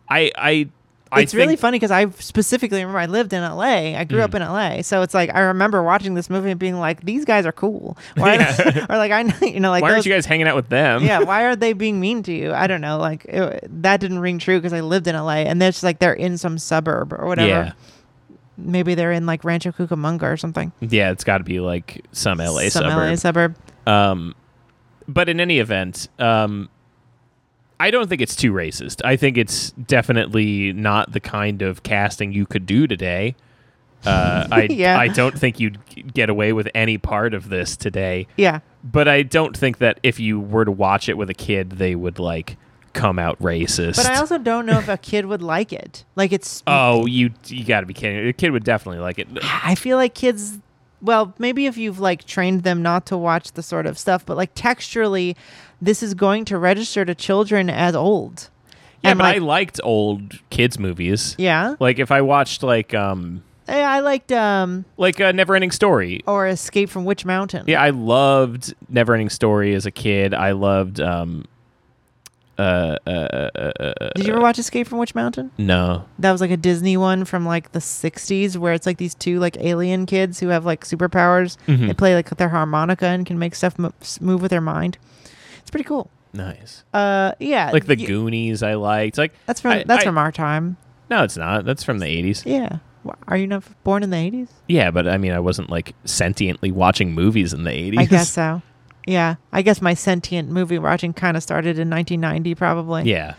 I I I
it's really
think- Mm.
funny because I specifically remember I lived in LA. I grew up in LA, so it's like I remember watching this movie and being like, "These guys are cool," or, or like I, know- you know, like
Why
those-
aren't you guys hanging out with them?
yeah, why are they being mean to you? I don't know. Like it, that didn't ring true because I lived in LA, and they're just like they're in some suburb or whatever.
Yeah.
Maybe they're in like Rancho Cucamonga or something.
Yeah, it's got to be like some LA
some
suburb.
LA suburb.
Um, but in any event, um, I don't think it's too racist. I think it's definitely not the kind of casting you could do today. Uh, I
Yeah.
I don't think you'd g- get away with any part of this today.
Yeah,
But I don't think that if you were to watch it with a kid, they would like come out racist.
but I also don't know if a kid would like it. Like it's.
oh, you you got to be kidding! A kid would definitely like it.
I feel like kids. Well, maybe if you've like trained them not to watch the sort of stuff, but like texturally, this is going to register to children as old.
Yeah,
And,
but I
like-
liked old kids movies.
Yeah,
Like if I watched like um
Hey, I liked um
like a Neverending Story
or Escape from Witch Mountain.
Yeah, I loved Neverending Story as a kid. I loved um
Did you ever watch Escape from Witch Mountain?
no.
that was like a Disney one from like the 60s where it's like these two like alien kids who have like superpowers.
Mm-hmm.
They play like their harmonica and can make stuff mo- s- move with their mind. It's pretty cool.
Nice.
Uh yeah.
Like the
you-
Goonies I liked. Like
That's from
I-
that's
I-
from our time.
No, it's not. That's from the 80s.
Yeah. Wha- Are you not born in the 80s?
Yeah, but I mean I wasn't like sentiently watching movies in the 80s.
I guess so. Yeah. I guess my sentient movie watching kind of started in 1990 probably.
Yeah.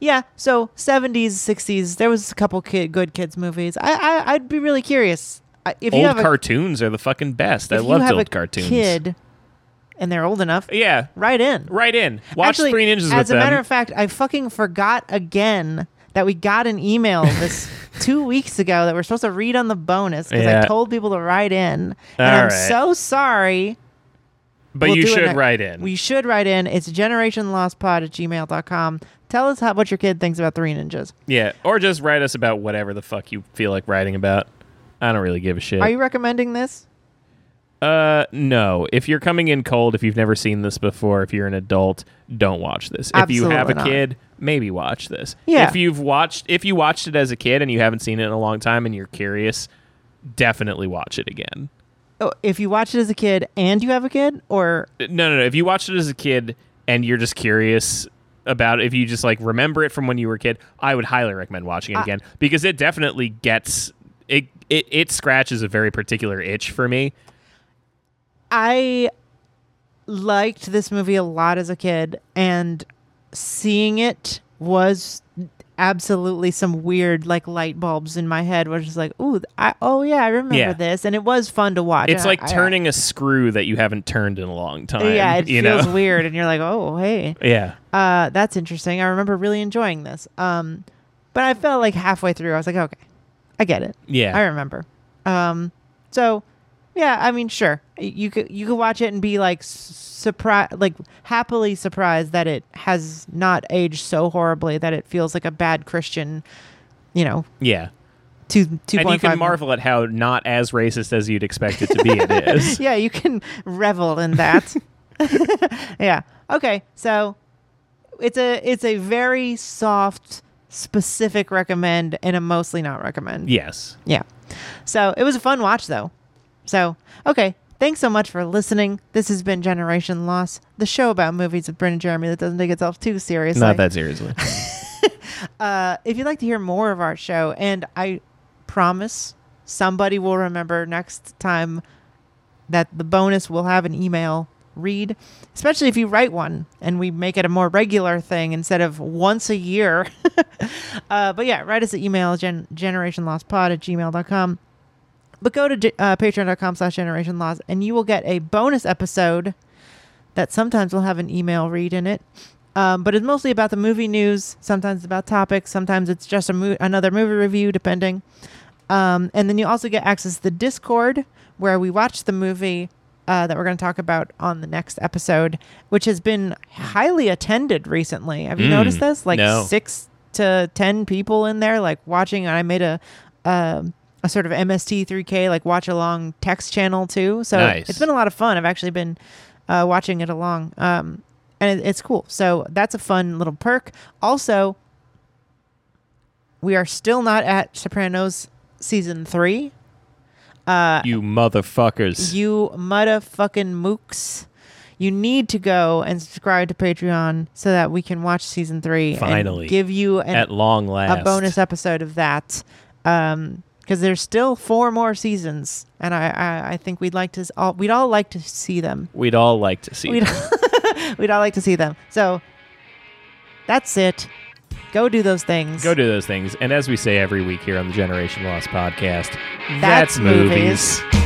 Yeah, so 70s, 60s, there was a couple kid good kids movies. I, I I'd be really curious I- if you
Old
have a
cartoons are the fucking best. I
if you
loved
have
old
a
cartoons.
Kid, and they're old enough.
Yeah.
Right in.
Right in. Watch
Actually,
Three Ninjas
As
with
a
them.
matter of fact, I fucking forgot again that we got an email this two weeks ago that we're supposed to read on the bonus because
Yeah.
I told people to write in, and
All
I'm
right.
so sorry.
but
We'll
you
do it
should
next-
write in.
We should write in. It's generationlostpod at gmail.com. Tell us how, what your kid thinks about Three Ninjas.
yeah. Or just write us about whatever the fuck you feel like writing about. I don't really give a shit.
Are you recommending this?
Uh, no. If you're coming in cold, if you've never seen this before, if you're an adult, don't watch this. if you have
Absolutely
a
not.
kid, maybe watch this.
Yeah.
If you've watched, if you watched it as a kid and you haven't seen it in a long time and you're curious, definitely watch it again.
Oh, if you watch it as a kid and you have a kid, or
Uh, No, no, no. If you watched it as a kid and you're just curious about it, if you just like remember it from when you were a kid, I would highly recommend watching it
Ah.
again because it definitely gets it. It it scratches a very particular itch for me.
I liked this movie a lot as a kid, and seeing it was absolutely some weird like light bulbs in my head where it's just like, ooh, I, oh yeah, I remember
Yeah.
this, and it was fun to watch.
It's
I-
like
I-
turning a screw that you haven't turned in a long time.
yeah, it
you
feels
know?
weird, and you're like, oh hey,
Yeah.
uh, that's interesting. I remember really enjoying this. Um, but I felt like halfway through, I was like, okay, I get it.
Yeah.
I remember. Um, so yeah, I mean, sure, Y- you could you could watch it and be like surprised, like happily surprised that it has not aged so horribly that it feels like a bad Christian, you know,
Yeah.
two two
And you
point
can
five.
marvel at how not as racist as you'd expect it to be it is.
Yeah, you can revel in that. yeah. Okay. So it's a it's a very soft, specific recommend and a mostly not recommend.
Yes.
Yeah. So it was a fun watch, though. So, okay. Thanks so much for listening. This has been Generation Loss, the show about movies with Bryn and Jeremy that doesn't take itself too seriously.
Not that seriously.
Uh, if you'd like to hear more of our show, and I promise somebody will remember next time that the bonus will have an email read, especially if you write one and we make it a more regular thing instead of once a year. uh, but yeah, write us an email, gen- generationlostpod at gmail.com. But go to ge- uh, patreon.com slash generation loss and you will get a bonus episode that sometimes will have an email read in it. Um, but it's mostly about the movie news, sometimes it's about topics, sometimes it's just a mo- another movie review, depending. Um, and then you also get access to the Discord where we watch the movie uh, that we're going to talk about on the next episode, which has been highly attended recently. Have you
Mm,
noticed this? Like
no.
six to 10 people in there, like watching. And I made a. um a sort of MST3K like watch along text channel too, so
Nice.
it's been a lot of fun. I've actually been uh, watching it along, um, and it, it's cool. So that's a fun little perk. Also, we are still not at Sopranos season three.
you motherfuckers.
uh, You motherfucking mooks. You need to go and subscribe to Patreon so that we can watch season three. and
Finally.
give you an,
at long last.
a bonus episode of that. Um, because there's still four more seasons, and I, I, I think we'd like to s- all we'd all like to see them.
We'd all like to see.
We'd we'd all like to see them. So that's it. Go do those things.
Go do those things. And as we say every week here on the Generation Lost podcast,
That's movies.
movies.